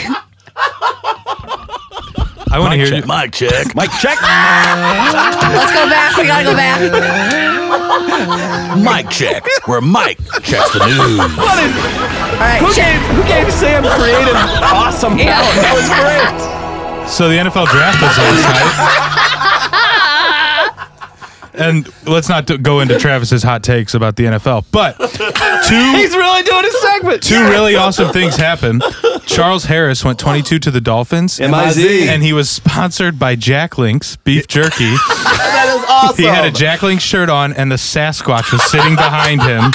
I want to hear. Check, mic check. Mike, check. Let's go back. We gotta go back. mic check. Where Mike checks the *laughs* news. All right. Who check. gave, who gave Sam creative awesome talent? That was great. So the NFL draft was last night. And let's not do- go into Travis's hot takes about the NFL, but two He's really doing his segment. two really awesome things happened. Charles Harris went 22 to the Dolphins, MIZ. and he was sponsored by Jack Link's beef jerky. that is awesome. He had a Jack Link shirt on, and the Sasquatch was sitting behind him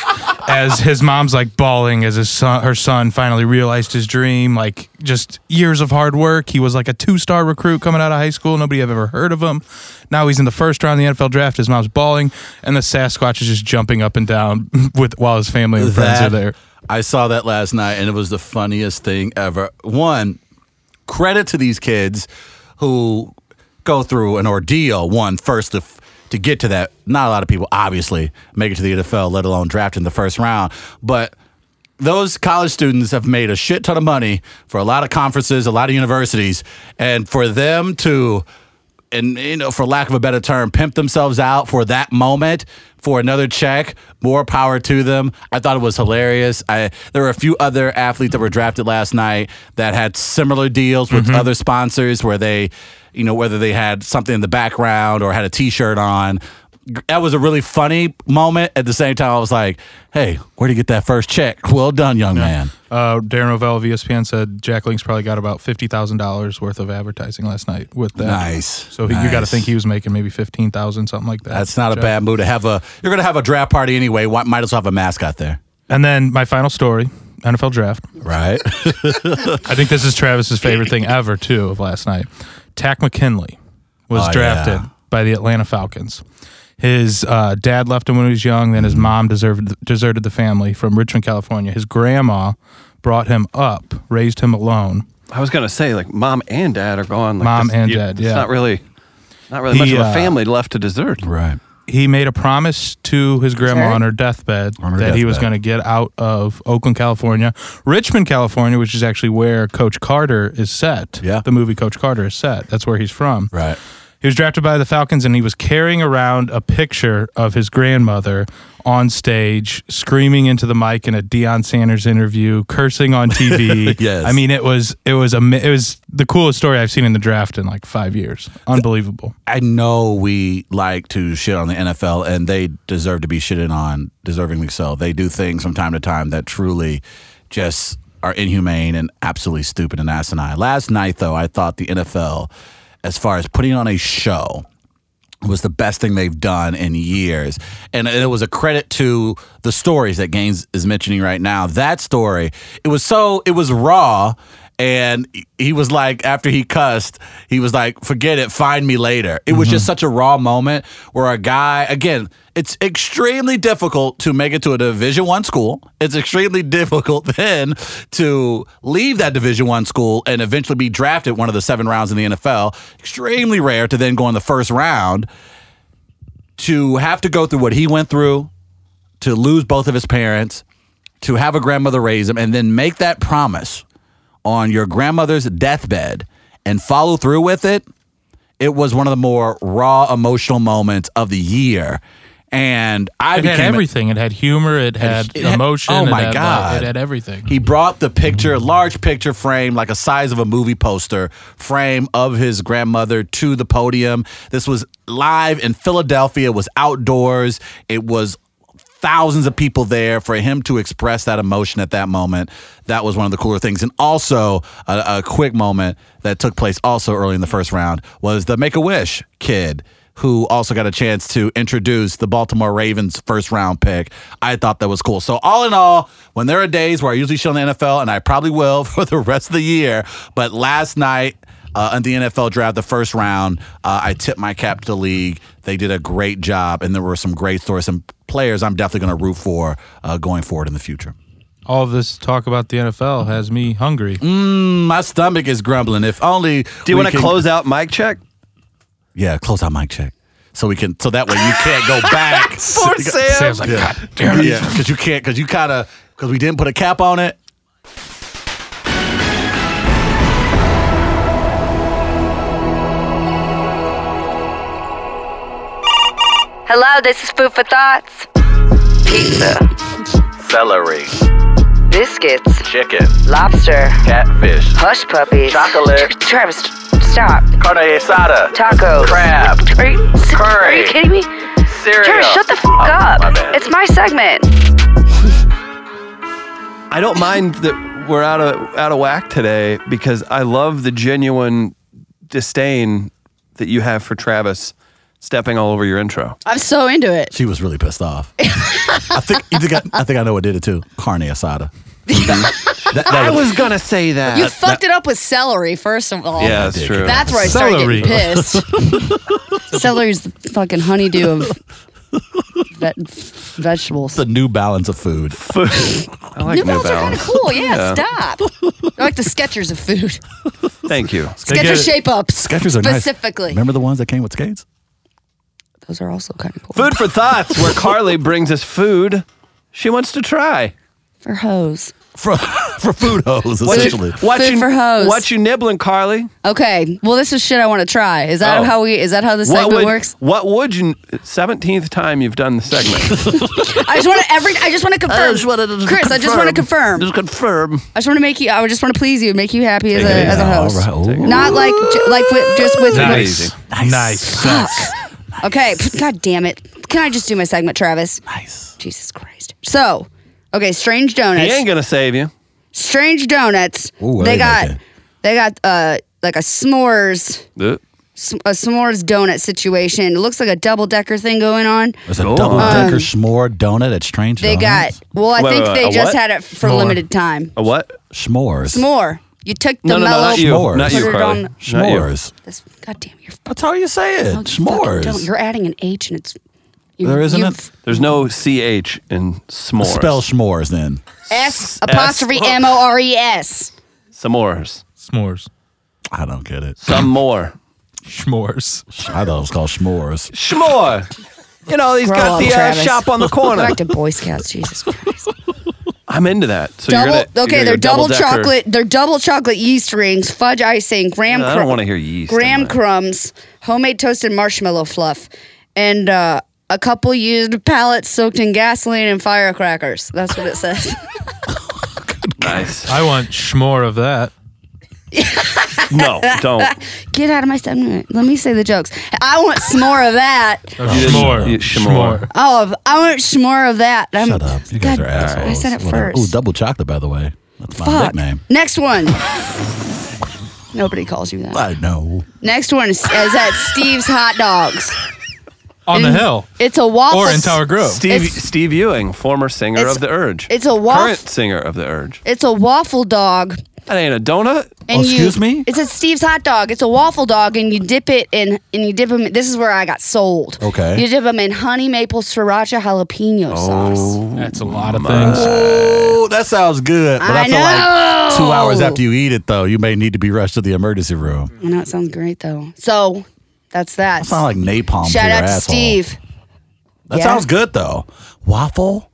as his mom's like bawling as his son, her son finally realized his dream. Like just years of hard work. He was like a two star recruit coming out of high school. Nobody had ever heard of him. Now he's in the first round of the NFL draft. His mom's bawling, and the Sasquatch is just jumping up and down *laughs* with while his family and friends are That- there. I saw that last night, and it was the funniest thing ever. One, credit to these kids who go through an ordeal. One, first to, f- to get to that. Not a lot of people, obviously, make it to the NFL, let alone draft in the first round. But those college students have made a shit ton of money for a lot of conferences, a lot of universities, and for them to and you know, for lack of a better term, pimp themselves out for that moment for another check. More power to them. I thought it was hilarious. I there were a few other athletes that were drafted last night that had similar deals with other sponsors where they, you know, whether they had something in the background or had a T-shirt on. That was a really funny moment. At the same time, I was like, "Hey, where'd you get that first check? Well done, young man." Uh, Darren Rovell of ESPN said Jack Link's probably got about fifty thousand dollars worth of advertising last night with that. Nice. So he, you got to Nice. think he was making maybe fifteen thousand, something like that. That's not a Jack- bad move to have a. You're gonna have a draft party anyway. Why, might as well have a mascot there, And then my final story, NFL draft. right? I think this is Travis's favorite thing ever too of last night. Tack McKinley was Oh, drafted yeah. by the Atlanta Falcons. His uh, dad left him when he was young. Then his Mm-hmm. mom deserved, deserted the family from Richmond, California. His grandma brought him up, raised him alone. I was gonna say, like, mom and dad are gone. Like, Mom and you- dad, It's yeah. not really, not really He, much of uh, a family left to desert. right. he made a promise to his grandma Sorry? on her deathbed On her that he was deathbed. going to get out of Oakland, California, Richmond, California, which is actually where Coach Carter is set. Yeah. the movie Coach Carter is set. That's where he's from. Right. He was drafted by the Falcons, and he was carrying around a picture of his grandmother on stage, screaming into the mic in a Deion Sanders interview, cursing on TV. *laughs* Yes. I mean it was it was a it was the coolest story I've seen in the draft in like five years. Unbelievable. I know we like to shit on the NFL, and they deserve to be shitted on, deservingly so. They do things from time to time that truly just are inhumane and absolutely stupid and asinine. Last night, though, I thought the NFL, as far as putting on a show, was the best thing they've done in years. And it was a credit to the stories that Gaines is mentioning right now. That story, it was so, it was raw. And he was like, after he cussed, he was like, forget it, find me later. It was just such a raw moment where a guy, again, it's extremely difficult to make it to a division one school it's extremely difficult *laughs* then to leave that division one school and eventually be drafted one of the seven rounds in the nfl extremely rare to then go in the first round to have to go through what he went through to lose both of his parents to have a grandmother raise him and then make that promise on your grandmother's deathbed and follow through with it it was one of the more raw emotional moments of the year and i It became had everything. It had humor. It had, it had- emotion. oh it my had, like, God. it had everything. He brought the picture, large picture frame, like a size of a movie poster frame of his grandmother to the podium. This was live in Philadelphia. It was outdoors. It was thousands of people there for him to express that emotion at that moment. That was one of the cooler things. And also, a, a quick moment that took place also early in the first round was the Make a Wish kid who also got a chance to introduce the Baltimore Ravens first round pick. I thought that was cool. So, all in all, when there are days where I usually show in the NFL, and I probably will *laughs* for the rest of the year, but last night, uh, in the NFL draft, the first round, uh, I tipped my cap to the league. They did a great job, and there were some great stories, some players I'm definitely going to root for uh, going forward in the future. All of this talk about the NFL has me hungry. Mm. My stomach is grumbling. If only Do you we want to can- close out mic check? Yeah, close out mic check. So we can. So that way you can't go back. *laughs* Poor Sam. Sam's like, Yeah. God damn *laughs* it. Yeah, because you can't. Because you kind of. Because we didn't put a cap on it. Hello, this is Food for Thoughts. Pizza, Celery. biscuits, Chicken. lobster, Catfish. hush puppies, Chocolate. Tr- Travis, st- stop. Carne asada. Tacos. Crab. Are you, s- are Curry. you kidding me? Cereal. Travis, shut the f Oh, up. my bad. It's my segment. I don't mind that we're out of out of whack today because I love the genuine disdain that you have for Travis stepping all over your intro. I'm so into it. She was really pissed off. I think. You think I, I think I know what did it too. Carne asada. That- that was- gonna say that. You fucked it up with celery, first of all. yeah, that's true. That's where I Celery. started getting pissed. Celery's the fucking honeydew of ve- vegetables. the New Balance of food. I like New New balance are kind Balance. of cool. Yeah, Yeah. stop. They're like the Skechers of food. Thank you. They get Skechers it. shape ups. Skechers are nice. specifically. Remember the ones that came with skates? Those are also kind of cool. Food for thoughts, where Carly brings us food she wants to try. for hoes. For *laughs* for food hose essentially. What Food you, for hoes. What you nibbling, Carly? Okay. Well, this is shit I want to try. Is that Oh. how we? Is that how this What segment would, works? what would you? Seventeenth time you've done the segment. I just want to every. *laughs* I just want to confirm. Chris, I just want to confirm. Just confirm. I just want to make you. I just want to please you, make you happy as Take a, it as a easy. host. All right. Ooh. Not like ju- like with, just with. Nice. Nice. Okay. God damn it. Can I just do my segment, Travis? Nice. Jesus Christ. So, okay, Strange Donuts. He ain't gonna save you. Strange Donuts. Ooh, what they they got making? they got uh like a s'mores s- a s'mores donut situation. It looks like a double decker thing going on. There's a Go on. double decker s'more donut at Strange They Donuts. got well, I Wait, think wait, wait, they a what? just had it for S'more. limited time. A what? s'mores. S'more. You took the No, no, no, mellow not you. S'mores. Not Put you, it Carly. on- Not you. S'mores. This, God damn, you're That's how you say it. fucking Oh, don't. S'mores. You're adding an H and it's you, There isn't you've- it? There's no ch in s'mores. Spell s'mores then. S apostrophe M O R E S. s'mores. S'mores. I don't get it. Some more. S'mores. I thought it was called s'mores. S'more. You know he's Grow got up, the uh, Travis. shop on the Go corner. *laughs* back to Boy Scouts, Jesus Christ. I'm into that. So double you're gonna, okay, you're they're double, double-decker. chocolate. They're double chocolate yeast rings, fudge icing, graham. I crum- don't want to hear yeast. in graham that. crumbs, homemade toasted marshmallow fluff, and uh, a couple used pallets soaked in gasoline and firecrackers. That's what *laughs* it says. Nice. I want s'more of that. No, don't. *laughs* Get out of my segment. Let me say the jokes. I want some more *laughs* of that. Or You just- s'more. you- s'more. Oh, I want some more of that. I'm- Shut up. You guys God- are assholes. I said it Whatever. first. Ooh, double chocolate, by the way. That's my Fuck. nickname. *laughs* Next one. Nobody calls you that. I know. Next one is, is at Steve's Hot Dogs. On the hill. It's a waffle. Or in Tower Oh. Grove. Steve It's- Steve Ewing, former singer It's- of the Urge, It's a current waffle. singer of the Urge. It's a waffle dog That ain't a donut. and Oh, you- Excuse me? It's a Steve's hot dog. It's a waffle dog, and you dip it in, and you dip them. This is where I got sold. Okay. Oh. You dip them in honey maple sriracha jalapeno sauce. That's a lot of things. Ooh, that sounds good. But I, I feel like two know. hours after you eat it, though, you may need to be rushed to the emergency room. I know it sounds great though. So that's that. That sounds like napalm. Shout your out to asshole. Steve. That Yeah. sounds good though. Waffle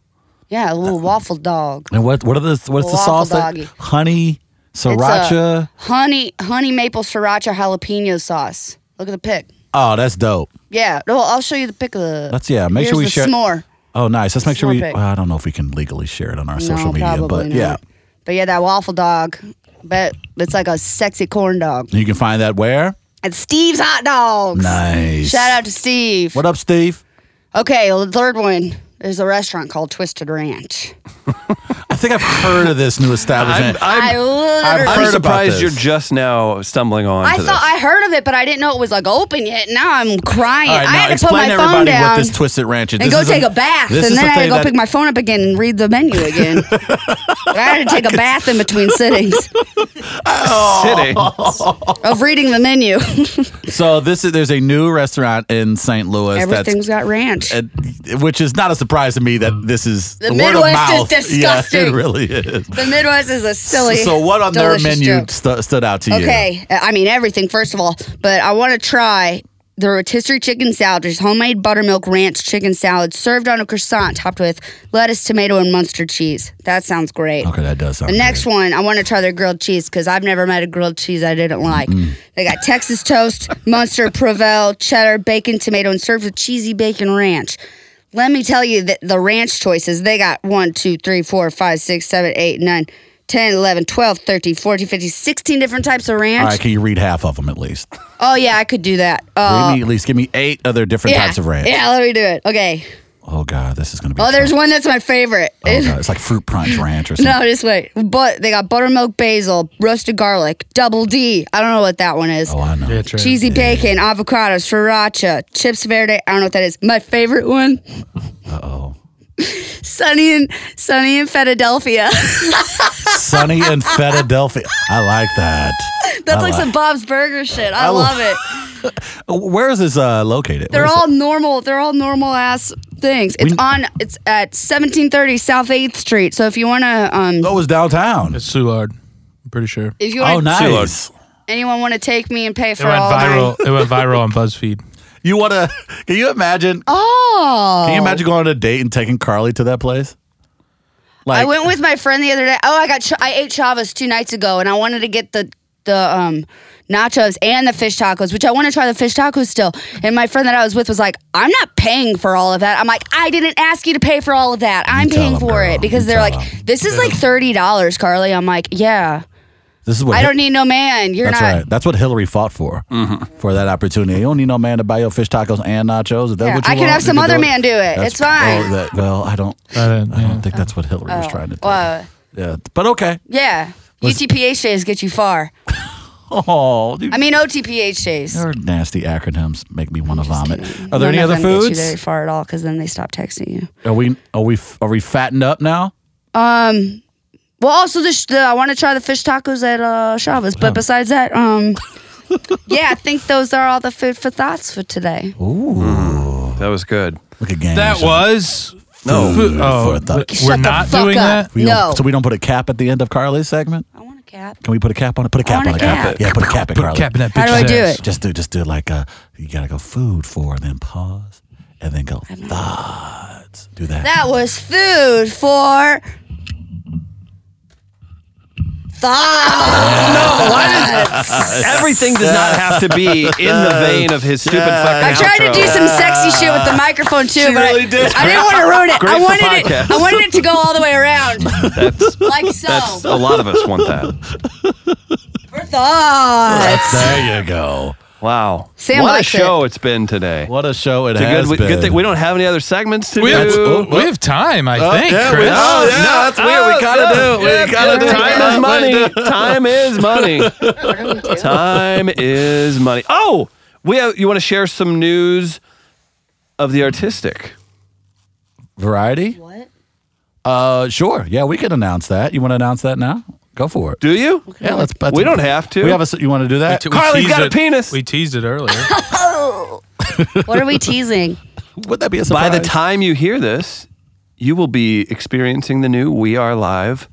Yeah, a little waffle dog. and what? What are the? What's the Waffle sauce? that- doggy. honey, It's a sriracha. honey honey maple sriracha jalapeno sauce. Look at the pic. Oh, that's dope. Yeah. No, I'll show you the pic of the. That's- yeah, make sure Here's we the share- s'more. Oh, nice. Let's make sure we. Small pic. well, I don't know if we can legally share it on our social no, media, probably but not. yeah, But yeah, that waffle dog. But it's like a sexy corn dog. you can find that where. at Steve's Hot Dogs. Nice. Shout out to Steve. What up, Steve? Okay, well, the third one There's a restaurant called Twisted Ranch. I think I've heard of this new establishment. I I've literally. heard I'm about surprised this. you're just now stumbling on. I to thought this. I heard of it, but I didn't know it was like open yet. Now I'm crying. All right, I now had to put explain my to phone everybody what down this twisted ranch is. and This go is take a, a bath, this and is the then I had to thing go that- pick my phone up again and read the menu *laughs* again. I had to take a bath in between sittings Oh. *laughs* Sitting. of reading the menu. So this is there's a new restaurant in St. Louis Everything's that's got ranch. and- which is not a surprise to me that this is The word of Midwest is mouth. Yeah, it disgusting. really is. the Midwest is a silly. so what on their delicious menu joke. stu- stood out to you? Okay, I mean everything. First of all, but I want to try the rotisserie chicken salad. There's homemade buttermilk ranch chicken salad served on a croissant topped with lettuce, tomato, and mustard cheese. That sounds great. Okay, that does sound. The next good. one, I want to try their grilled cheese because I've never met a grilled cheese I didn't like. Mm. They got Texas toast, *laughs* mustard, Provel, cheddar, bacon, tomato, and served with cheesy bacon ranch. Let me tell you that the ranch choices they got 1, 2, 3, 4, 5, 6, 7, 8, 9, 10, 11, 12, 13, 14, 15, 16 different types of ranch. All right, can you read half of them at least? Oh, yeah, I could do that. Read Uh, me at least give me eight other different yeah, types of ranch. yeah, let me do it. Okay. Oh god, this is gonna be. Oh, there's tough. one that's my favorite. *laughs* Oh, God, it's like fruit punch ranch or something. No, just wait. But they got buttermilk basil, roasted garlic, double D. I don't know what that one is. Oh, I know. Yeah, true. Cheesy bacon, avocados, sriracha, chips verde. I don't know what that is. My favorite one. Uh oh. Sunny and Sunny in Philadelphia. *laughs* Sunny and Philadelphia. I like that. That's I like some Bob's Burger shit. I, I love it. Where is this uh, located? They're Where is all it? normal. They're all normal ass things. It's on. It's at 1730 South Eighth Street. So if you wanna, um, Oh, it's downtown. It's Soulard. I'm pretty sure. if you Oh, wanna, nice. anyone wanna take me and pay It for went all my. viral. It went viral on BuzzFeed. You want to? Can you imagine? Oh. Can you imagine going on a date and taking Carly to that place? Like, I went with my friend the other day. Oh, I got ch- I ate chavas two nights ago, and I wanted to get the the um nachos and the fish tacos, which I want to try the fish tacos still. And my friend that I was with was like, "I'm not paying for all of that." I'm like, "I didn't ask you to pay for all of that. I'm tell paying them, for girl. it because You they're tell like, them. "This is like thirty dollars, Carly." I'm like, "Yeah, this is what I don't need no man. You're That's not." right. That's what Hillary fought for for that opportunity. You don't need no man to buy your fish tacos and nachos. If that's Yeah, what you I could want, have you some other it. man do it. That's- It's fine. Oh, oh, that- well, I don't. I didn't- don't, yeah. think that's what Hillary was trying to do. Well, yeah, but okay. uh, *laughs* yeah. Was- UTPH days get you far. Oh, dude, I mean, OTPH days. your nasty acronyms make me want to vomit. Are None there any of other them get you foods? very far at all because then they stop texting you. Are we are we are we fattened up now? Um. Well, also the, sh- the I want to try the fish tacos at uh, Chavez, but besides *laughs* that, um, yeah, I think those are all the food for thoughts for today. That was good. Look again. That was No. Food- for Oh, thought. th- we're Shut the not fuck doing up. that. We don't- No. So we don't put a cap at the end of Carly's segment. I want a cap. Can we put a cap on it? Put a cap want on a it. cap. Yeah, put a cap in Put a Carly. cap in that How bitch. do I do it? Just do just do like a you gotta go food for and then pause and then go thoughts. Do that. That was food for thoughts. Everything does not have to *laughs* be in the vein of his stupid fucking. I tried to outro. do some sexy shit *laughs* with the microphone too, but I- really did. I, didn't want to ruin it. Great I for wanted it. podcast. I wanted it to go all the way around, *laughs* That's, like so. that's a lot of us want that. for thoughts. there you go. Wow. Sam what a likes show it. has been today. What a show it It's a has good, we, been. good thing we don't have any other segments to We do. have, we have time, I Uh, think. Chris. oh, yeah, that's weird. We gotta Oh, do it. We gotta do it. Time is money. Time is money. *laughs* Time is money. Oh, we have, you want to share some news of the artistic? Variety. What? Uh, sure. Yeah, we can announce that. You want to announce that now? Go for it. Do you? yeah, let's. let's- We don't have to. We have a. s- You want to do that? We Carly's teased got a it- penis. We teased *laughs* it earlier. What are we teasing? Would that be a By surprise? the time you hear this, you will be experiencing the new We Are Live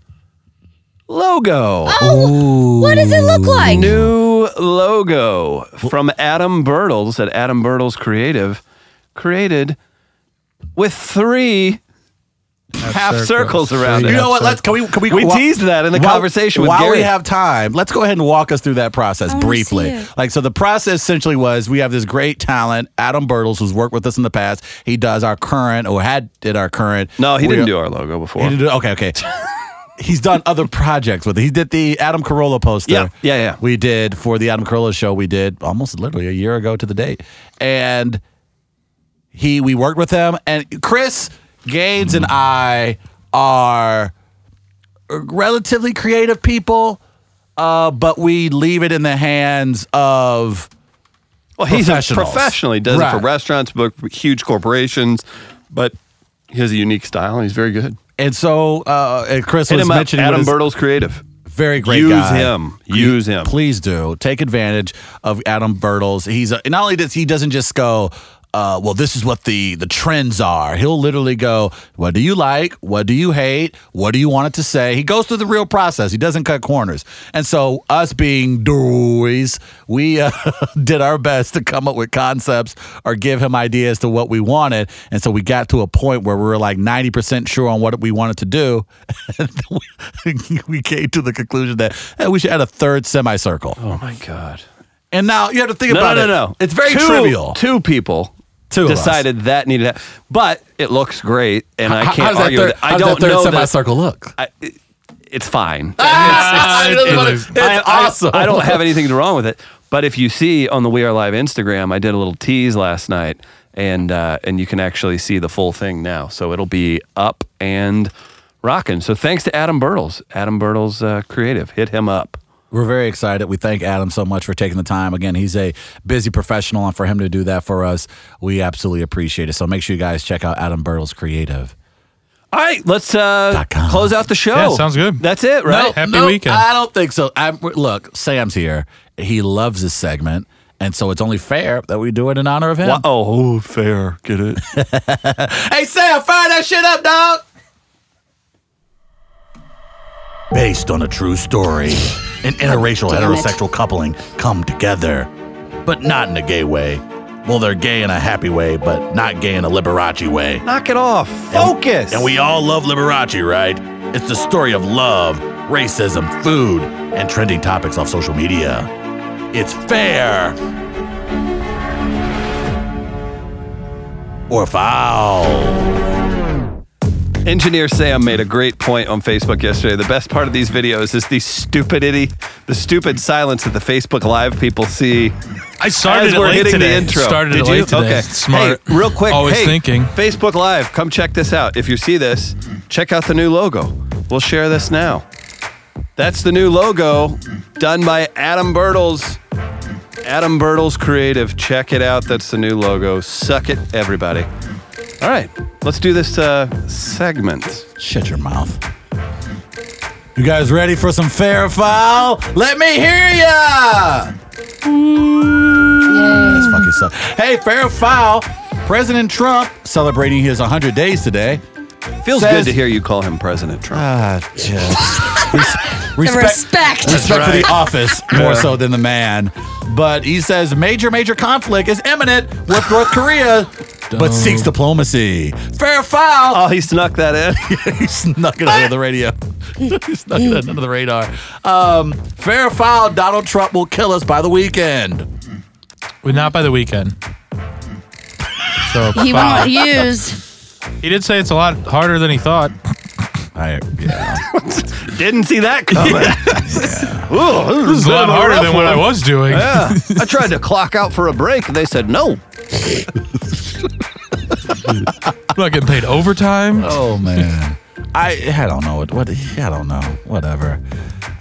logo. Oh, what does it look like? New logo from Adam Birtles at Adam Birtles Creative, created with three half circles, circles. around Three it. You Yeah, know what? so- Let's can we can we We teased that in the conversation with while Gary. we have time. Let's go ahead and walk us through that process wanna Oh, see briefly. it. Like so, the process essentially was we have this great talent, Adam Birtles, who's worked with us in the past. He does our current or had did our current. no, he We didn't are- do our logo before. He did it- okay, okay. *laughs* He's done other projects with it. He did the Adam Carolla poster. Yeah, yeah, yeah. We did for the Adam Carolla show. We did almost literally a year ago to the date, and he we worked with him and Chris. Gaines and I are relatively creative people, uh, but we leave it in the hands of Well, he's a professionals. professional. He does it for Right. restaurants, but for huge corporations. But he has a unique style, and he's very good. And so uh, and Chris Hit was him up. mentioning what Adam his- Bertle's creative. very great Use guy. him. Use him. Please do take advantage of Adam Bertles. He's a, not only does he doesn't just go. Uh, well, this is what the the trends are. He'll literally go, "What do you like? What do you hate? What do you want it to say?" He goes through the real process. He doesn't cut corners. And so, us being doys, we uh, *laughs* did our best to come up with concepts or give him ideas to what we wanted. And so, we got to a point where we were like ninety percent sure on what we wanted to do. *laughs* And we, we came to the conclusion that hey, we should add a third semicircle. Oh my god. And now you have to think No, no, about no, it. no. It's very Two- trivial. Two people Two of us. decided that needed, to- but it looks great, and I How- how can't does that argue. third- with it. I how does don't that third know that. semicircle look. I, it, it's fine. Ah, it's- it doesn't it matter. is- It's I- I- awesome. I, don't have anything wrong with it. But if you see on the We Are Live Instagram, I did a little tease last night, and uh, and you can actually see the full thing now. So it'll be up and rocking. So thanks to Adam Birtles, Adam Birtles uh, Creative. Hit him up. We're very excited. We thank Adam so much for taking the time. Again, he's a busy professional, and for him to do that for us, we absolutely appreciate it. So make sure you guys check out Adam Bertles Creative. All right, let's uh, Dot com. close out the show. Yeah, sounds good. That's it, right? Happy weekend. I don't think so. I'm, look, Sam's here. He loves this segment, and so it's only fair that we do it in honor of him. Wha- Oh, oh, fair. Get it? Hey, Sam, fire that shit up, dog. Based on a true story, an interracial Damn it. heterosexual coupling come together, but not in a gay way. Well, they're gay in a happy way, but not gay in a Liberace way. Knock it off. And- Focus. And we all love Liberace, right? It's the story of love, racism, food, and trending topics off social media. It's fair. Or foul. Engineer Sam made a great point on Facebook yesterday. The best part of these videos is the stupidity, the stupid silence that the Facebook Live people see. I started as it we're late hitting today. the intro. Started Did it late you? today. Okay. Smart. Hey, real quick. Always hey, thinking. Facebook Live, come check this out. If you see this, check out the new logo. We'll share this now. That's the new logo done by Adam Birtles. Adam Birtles Creative. Check it out. That's the new logo. Suck it, everybody. All right, let's do this uh, segment. Shut your mouth. You guys ready for some fair or foul? Let me hear ya! That's fucking suck. Hey, fair or foul? President Trump celebrating his 100 days today. Feels Says- good to hear you call him President Trump. Ah, just res- The respect, respect. respect for the office more so than the man. But he says major, major conflict is imminent with North Korea, but seeks diplomacy. Fair or foul? oh, he snuck that in. *laughs* he *laughs* snuck it under the radio. he snuck it under the radar. Um, fair or foul, Donald Trump will kill us by the weekend. But not by the weekend. So He foul. won't use. He did say it's a lot harder than he thought. I, yeah. Didn't see that coming. *laughs* Ooh, this It's is a lot kind of a harder rough than what I one. was doing. Yeah. I tried to clock out for a break. They said no. *laughs* I'm not getting paid overtime. Oh man. I I don't know what what I don't know. Whatever.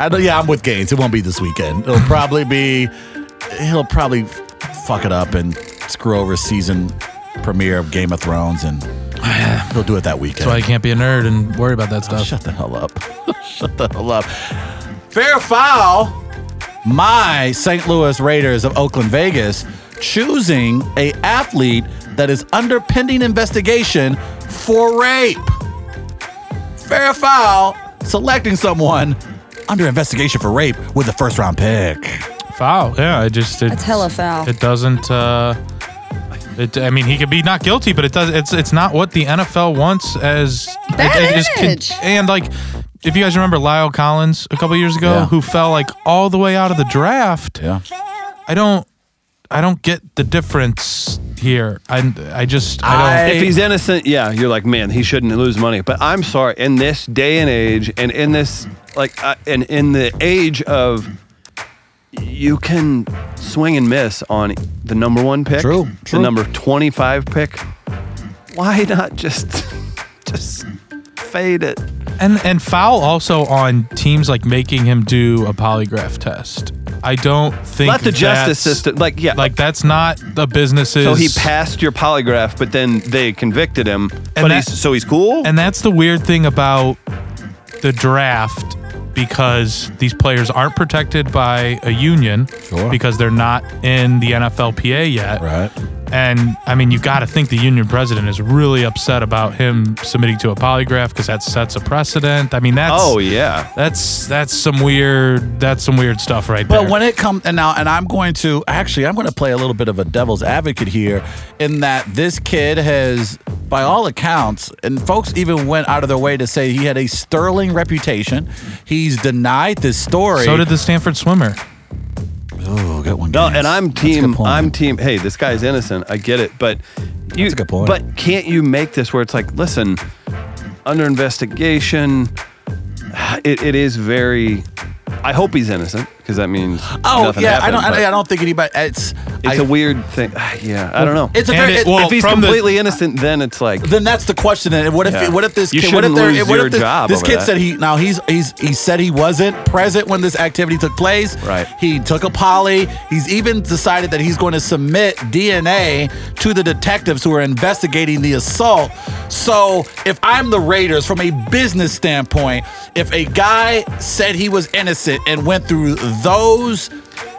I don't, yeah, I'm with Gaines. It won't be this weekend. It'll probably be. He'll probably fuck it up and screw over season premiere of Game of Thrones, *sighs* and he'll do it that weekend. That's why I can't be a nerd and worry about that stuff. Shut the hell up. *laughs* Shut the hell up. Fair or foul. My St. Louis Raiders of Oakland, Vegas, choosing a athlete that is under pending investigation for rape. Fair or foul. Selecting someone under investigation for rape with the first round pick. Foul. Yeah, I just it, That's hella foul. It doesn't. Uh, it. I mean, he could be not guilty, but it does. It's. It's not what the NFL wants as. That it, it con- age. and like, if you guys remember Lyle Collins a couple years ago, Yeah. who fell like all the way out of the draft. Yeah. I don't. I don't get the difference here. I. I just. I don't. If he's innocent, yeah, you're like, man, he shouldn't lose money. But I'm sorry, in this day and age, and in this like, uh, and in the age of, you can swing and miss on the number one pick, True, true. the number twenty five pick. Why not just *laughs* Just fade it. And and Foul also on teams like making him do a polygraph test. I don't think Let the justice that's- system, like, yeah. like that's not the business's. so he passed your polygraph, but then they convicted him. but that- he's, so he's cool. And that's the weird thing about the draft because these players aren't protected by a union Sure. because they're not in the NFLPA yet. Right. And I mean, you got to think the union president is really upset about him submitting to a polygraph because that sets a precedent. I mean, that's oh yeah. that's that's some weird that's some weird stuff right there. But when it comes and now, and I'm going to actually, I'm going to play a little bit of a devil's advocate here, in that this kid has, by all accounts, and folks even went out of their way to say he had a sterling reputation. He's denied this story. so did the Stanford swimmer. Oh, good one. No, Gaines. and I'm That's a good team. point. I'm team. Hey, this guy's innocent. I get it, but you. That's a good point. But can't you make this where it's like, listen, under investigation, it, it is very. I hope he's innocent because that means. Oh nothing yeah, I happened, don't. but I, I don't think anybody. It's It's I- a weird thing. Yeah, I don't know. It's a And very. it- it- well, if he's from the- completely innocent, then it's like then that's the question. Then what if Yeah. what if this You kid, what if shouldn't there- lose what your if this, job this over kid that. said he now he's he's he said he wasn't present when this activity took place. Right. He took a poly. He's even decided that he's going to submit DNA to the detectives who are investigating the assault. So if I'm the Raiders from a business standpoint, if a guy said he was innocent and went through those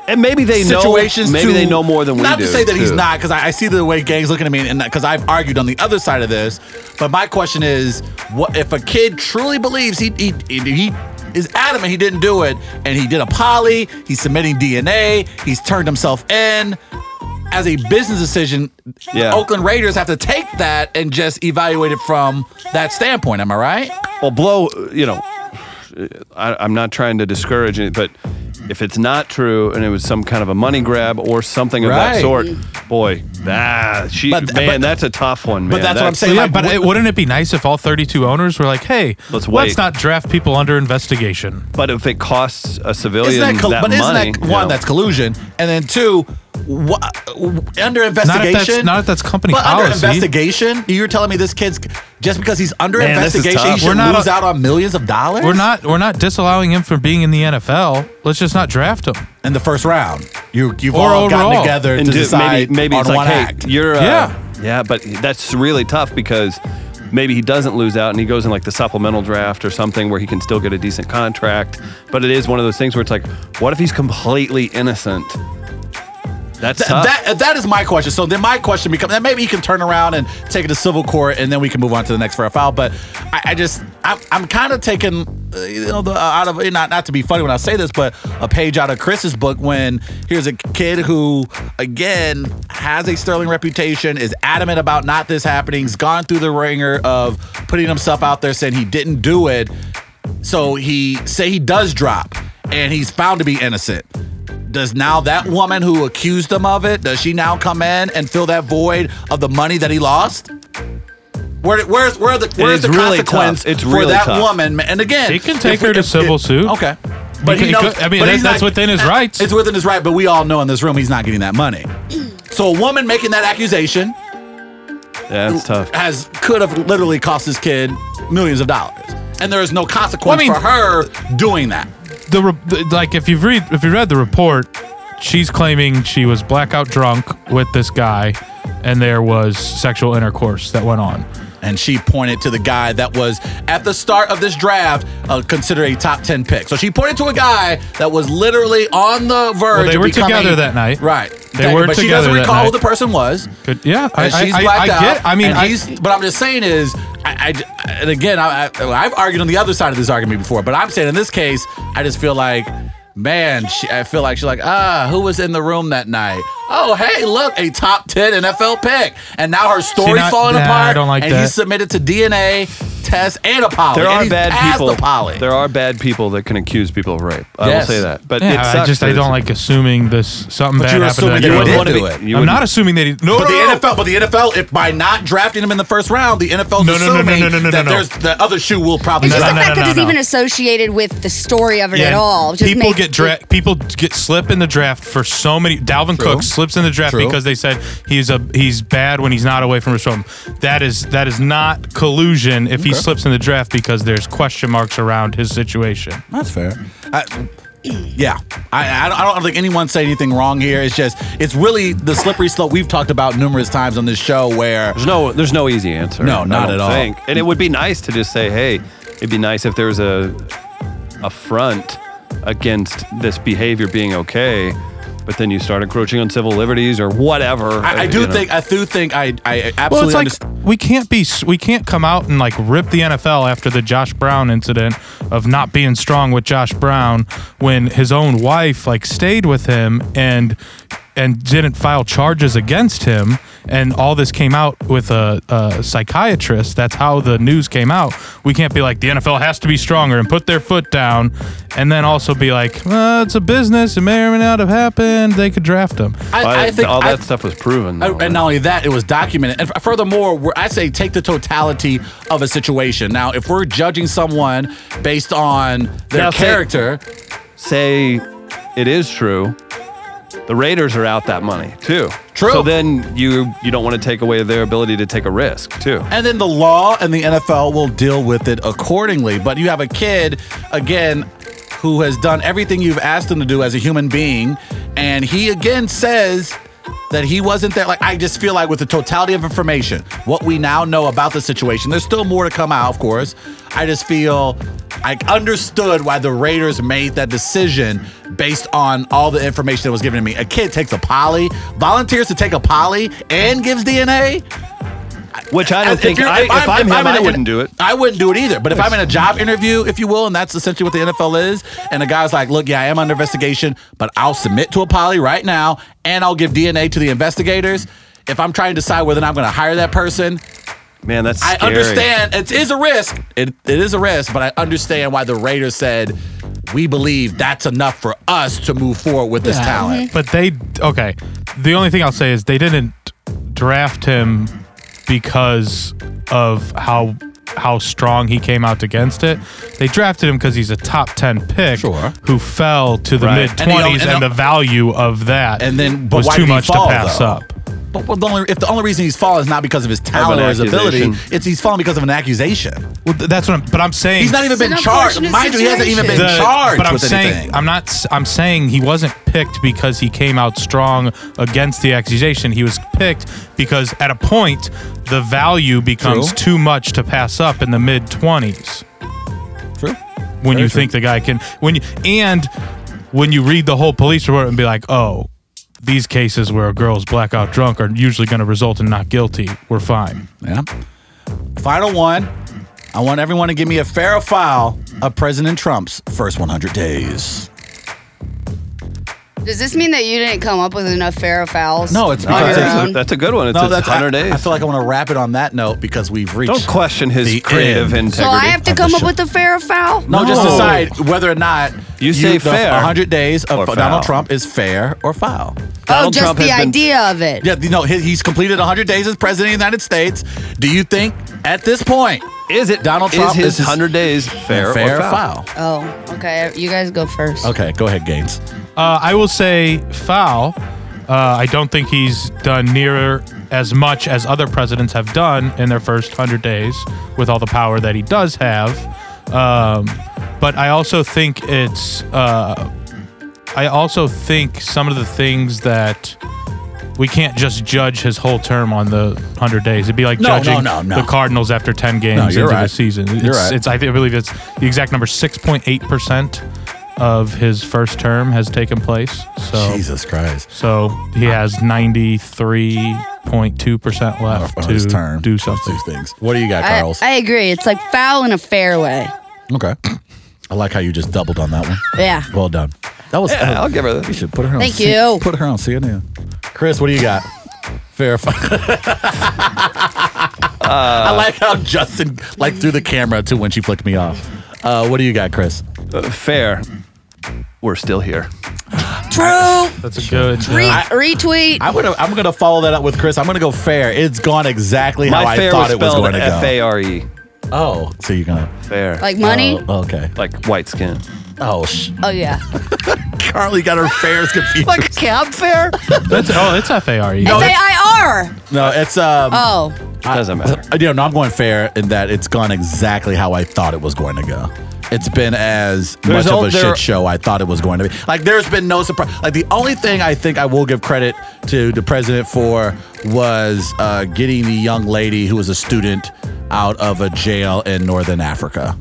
and maybe they situations know. Maybe to- they know more than we not do. to say that he's too. not, because I, I see the way gang's looking at me, and because I've argued on the other side of this. But my question is, what if a kid truly believes he he, he is adamant he didn't do it, and he did a poly, he's submitting DNA, he's turned himself in. As a business decision, Yeah. Oakland Raiders have to take that and just evaluate it from that standpoint. Am I right? Well, blow, you know, I, I'm not trying to discourage it, but if it's not true and it was some kind of a money grab or something of that Right. sort, boy, that she, But- but- man, that's a tough one, man. But that's what I'm saying. yeah, like, but what- it, wouldn't it be nice if all 32 owners were like, "Hey, Let's wait. let's not draft people under investigation." But if it costs a civilian isn't that, col- that but money, isn't that you one know, that's collusion, and then two, wha- under Not if investigation? that's not if that's company But under policy. investigation, you're telling me this kid's just because he's under Man, this is investigation, he tough. should We're not lose a- out on millions of dollars. We're not we're not disallowing him from being in the NFL. Let's just not draft him. in the first round. You you've Or all gotten overall. together and to do- decide maybe, maybe on it's like, one hey, act. you're, uh, Yeah. yeah, but that's really tough because maybe he doesn't lose out and he goes in like the supplemental draft or something where he can still get a decent contract. But it is one of those things where it's like, what if he's completely innocent? That's Th- tough. that that is my question. So then my question becomes that maybe he can turn around and take it to civil court, and then we can move on to the next fair foul. But I, I just I'm, I'm kind of taking uh, you know the, uh, out of not not to be funny when I say this, but a page out of Chris's book when here's a kid who again has a sterling reputation, is adamant about not this happening, has gone through the ringer of putting himself out there saying he didn't do it. So he say he does drop, and he's found to be innocent does now that woman who accused him of it does she now come in and fill that void of the money that he lost where where's where are the where's is the really consequence tough. It's for really that tough. woman ma- and again He can if take we- her to if- civil if- suit. okay but He he could- knows, I mean, but that- he's that's within his rights. it's within his right but we all know in this room he's not getting that money so a woman making that accusation yeah, that's tough. has could have literally cost this kid millions of dollars and there is no consequence mean- for her doing that The, re- the like if you've read if you read the report, she's claiming she was blackout drunk with this guy and there was sexual intercourse that went on. And she pointed to the guy that was at the start of this draft uh, considered a top 10 pick. So she pointed to a guy that was literally on the verge. they of were becoming- together that night. Right. They were But she together doesn't that recall who night. the person was. Could, yeah, I, And I, she's I, I blacked out. get. I mean, and I, he's, but I'm just saying is, I, I- and again, I, I, I've argued on the other side of this argument before, but I'm saying in this case, I just feel like, man, she, I feel like she's like, ah, who was in the room that night? Oh, hey, look, a top ten NFL pick, and now her story's not- falling nah, I apart. don't like and that. he's submitted to DNA test and a poly. There and are he's bad passed people. The poly. There are bad people that can accuse people of rape. I Yes. will say that. But yeah, it sucks I just that I it's- don't like assuming this something But bad you're happened. assuming to you that wouldn't guy. wanna wanna do be- it. you I'm wouldn't- not assuming that he. No, But no, the no, no. NFL, but the NFL, if by not drafting him in the first round, the NFL's No, no, no, no, assuming no, no, no, that no. there's the other shoe will probably No, Just drop. the fact that no, he's no. even associated with the story of it at and all. Just people makes get dra- people get slip in the draft for so many. Dalvin Cook slips in the draft True. because they said he's a he's bad when he's not away from his phone. That is that is not collusion if he slips in the draft because there's question marks around his situation. That's fair. I, yeah, I, I, don't, I don't think anyone said anything wrong here. It's just it's really the slippery slope we've talked about numerous times on this show. Where There's no there's no easy answer. No, I not don't at all. think. And it would be nice to just say, hey, it'd be nice if there was a a front against this behavior being okay, but then you start encroaching on civil liberties or whatever. I, I uh, do you know. think I do think I I absolutely Well, it's like understand. we can't be we can't come out and like rip the NFL after the Josh Brown incident of not being strong with Josh Brown when his own wife like stayed with him and and didn't file charges against him and all this came out with a, a psychiatrist that's how the news came out we can't be like the nfl has to be stronger and put their foot down and then also be like well, it's a business it may or may not have happened they could draft him I, But I think all I- that stuff was proven. I- though, right? and not only that, it was documented. And f- furthermore, we're, I say take the totality of a situation. Now, if we're judging someone based on their Now, say- character, say it is true, the Raiders are out that money too. True. So then you you don't want to take away their ability to take a risk too. And then the law and the NFL will deal with it accordingly. But you have a kid, again, who has done everything you've asked him to do as a human being. And he again says that he wasn't there. Like, I just feel like with the totality of information, what we now know about the situation, there's still more to come out, of course. I just feel I understood why the Raiders made that decision based on all the information that was given to me. A kid takes a poly, volunteers to take a poly, and gives DNA. Which I don't If think you're- I, if, I'm him, in I a- wouldn't do it. I wouldn't do it either. But if I'm in a job interview, if you will, and that's essentially what the NFL is, and the guy's like, "Look, yeah, I am under investigation, but I'll submit to a poly right now, and I'll give DNA to the investigators." If I'm trying to decide whether or not I'm going to hire that person, Man, that's I scary. understand it is a risk. It, it is a risk, but I understand why the Raiders said we believe that's enough for us to move forward with this talent. Mm-hmm. But they okay. The only thing I'll say is they didn't draft him because of how how strong he came out against it. They drafted him because he's a top ten pick Sure. who fell to the Right. mid And he don't- twenties, and and, the don't- value of that And then- but was why too did he much fall, to pass though? up. But what the only, if the only reason he's fallen is not because of his talent an or his ability, accusation. it's he's fallen because of an accusation. Well, th- that's what I'm. But I'm saying He's not even It's an been charged. unfortunate Mind you, he hasn't even been situation. the- charged But I'm with saying anything. I'm not. s- I'm saying he wasn't picked because he came out strong against the accusation. He was picked because at a point the value becomes True. too much to pass up in the mid twenties. True. When Very true. you think the guy can, when you and when you read the whole police report and be like, oh. These cases where a girl's blackout drunk are usually going to result in not guilty. We're fine. Yeah. Final one. I want everyone to give me a fair file of President Trump's first 100 days. Does this mean that you didn't come up with enough fair fouls? No, it's No, because- on your that's, a, own? that's a good one. It's, Oh, No, it's that's 100 I, days. I feel like I want to wrap it on that note because we've reached. Don't question his the creative end. integrity. so I have to of the come up show. with the fair foul? No, just No. decide whether or not You say the fair 100 days or of foul. Donald Trump is fair or foul. Oh, Donald just Trump the has been- idea of it. Yeah, you know, he- he's completed 100 days as president of the United States. Do you think at this point is it Donald is Trump his is his- 100 days fair, fair or foul? foul? Oh, okay. You guys go first. Okay, go ahead, Gaines. Uh, I will say foul. Uh, I don't think he's done near as much as other presidents have done in their first hundred days with all the power that he does have. Um, but I also think it's. Uh, I also think some of the things that we can't just judge his whole term on the hundred days. It'd be like No, no, judging no, no. the Cardinals after ten games you're into the right. season. You're It's, right. it's I believe it's the exact number six point eight percent of his first term has taken place. So Jesus Christ. so he has 93.2% left Of to his term. do Two something. things. What do you got, I, Carls? I agree. It's like foul in a fair way. okay. I like how you just doubled on that one. Yeah. Well done. That was. Yeah, Uh, I'll give her that. You should put her on. Thank C- you. Put her on CNN. Chris, what do you got? Fair. or foul? *laughs* I like how Justin like threw the camera too when she flicked me off. Uh, what do you got, Chris? uh, fair. We're still here. True. That's a good. uh, Re- retweet. I'm gonna I'm gonna follow that up with Chris. I'm gonna go fair. It's gone exactly how My I fair was thought it was spelled going to F go. A R E. Oh, so you're gonna Fair. like money. Oh, okay. like white skin. Oh, sh- oh yeah. Carly got her fairs confused. cab fare? That's oh, it's F A R E. F A I R. no, it's um. Oh. Doesn't matter. I, uh, you know, I'm going fair in that it's gone exactly how I thought it was going to go. It's been as There's much al- of a there- shit show I thought it was going to be. Like, there's been no surprise. Like, the only thing I think I will give credit to the president for was uh, getting the young lady who was a student out of a jail in Northern Africa,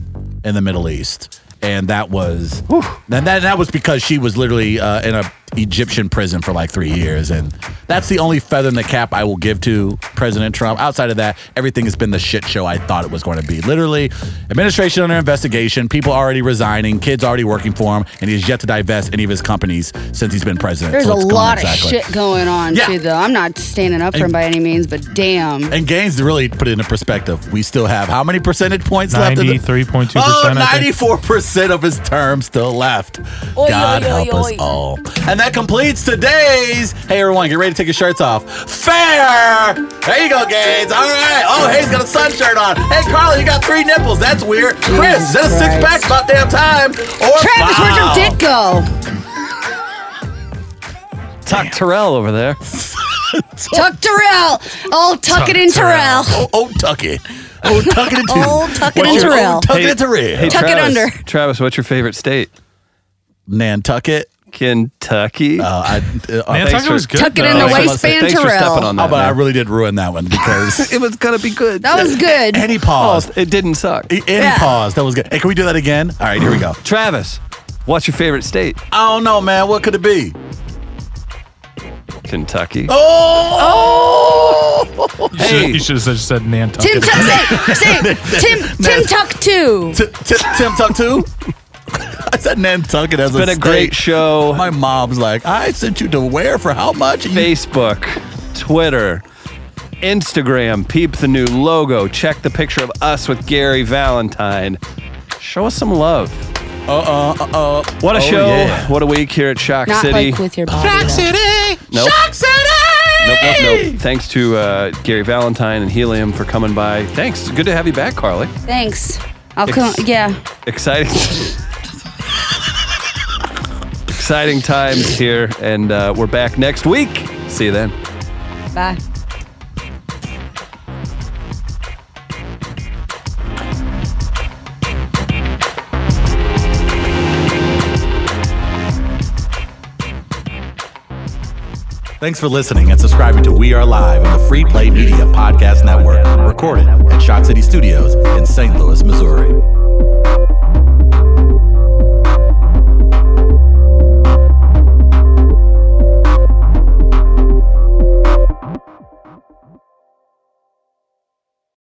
in the Middle East. And that was, and that, that was because she was literally uh, in a Egyptian prison for like three years. And that's the only feather in the cap I will give to President Trump. Outside of that, everything has been the shit show I thought it was going to be. Literally, administration under investigation, people already resigning, kids already working for him, and he's yet to divest any of his companies since he's been president. There's So a it's gone lot exactly. of shit going on Yeah. too, though. I'm not standing up for him by any means, but damn. And Gaines really put it into perspective. We still have how many percentage points left? in the- 93.2%. Oh, I think. 94% of his term still left. Oy, God oy, oy, help us oy. all. And that completes today's. Hey, everyone, get ready to take your shirts off. Fair! There you go, Gaines. All right. Oh, hey, he's got a sun shirt on. Hey, Carly, you got three nipples. That's weird. Chris, is that a six pack? About damn time. Or Travis, where'd wow. your dick go? Tuck Terrell over there. Tuck Terrell. Oh, tuck, it in Terrell. Oh, oh, tuck it. Oh, tuck it into. Oh, tuck it What's in your- Terrell. Oh, tuck it Hey, into Terrell. Hey, Tuck it Travis, under. Travis, what's your favorite state? Nantucket. Kentucky. Uh, I, uh, uh, Man, Thanks Tucker for- was good. Tuck it though. in the Thanks for- waistband, Thanks for Terrell. stepping on that. oh, but I *laughs* man. really did ruin that one *laughs* because. it was gonna be good. That was good. and he paused. It didn't suck. Any Yeah. pause. That was good. Hey, can we do that again? All right, here we go. Travis, what's your favorite state? I don't know, man. What could it be? Kentucky. Oh! You should- Hey. You should have said Tim Nantucket. Tuck, say, say, Tim, Tim Tuck too. T- T- Tim Tuck too? *laughs* I said Nantucket as Been a state. great show. My mom's like, I sent you to where for how much? You- Facebook, Twitter, Instagram. Peep the new logo. Check the picture of us with Gary Valentine. Show us some love. Uh uh uh. uh. What a Oh, show! yeah. What a week here at Shock Not City. like with your body. though. Nope. Shock City! Nope, nope, nope. Thanks to uh, Gary Valentine and Helium for coming by. Thanks. Good to have you back, Carly. Thanks. I'll Ex- come. Yeah. Exciting. *laughs* Exciting times here, and uh, we're back next week. See you then. Bye. Thanks for listening and subscribing to We Are Live on the Free Play Media Podcast Network, recorded at Shock City Studios in St. Louis, Missouri.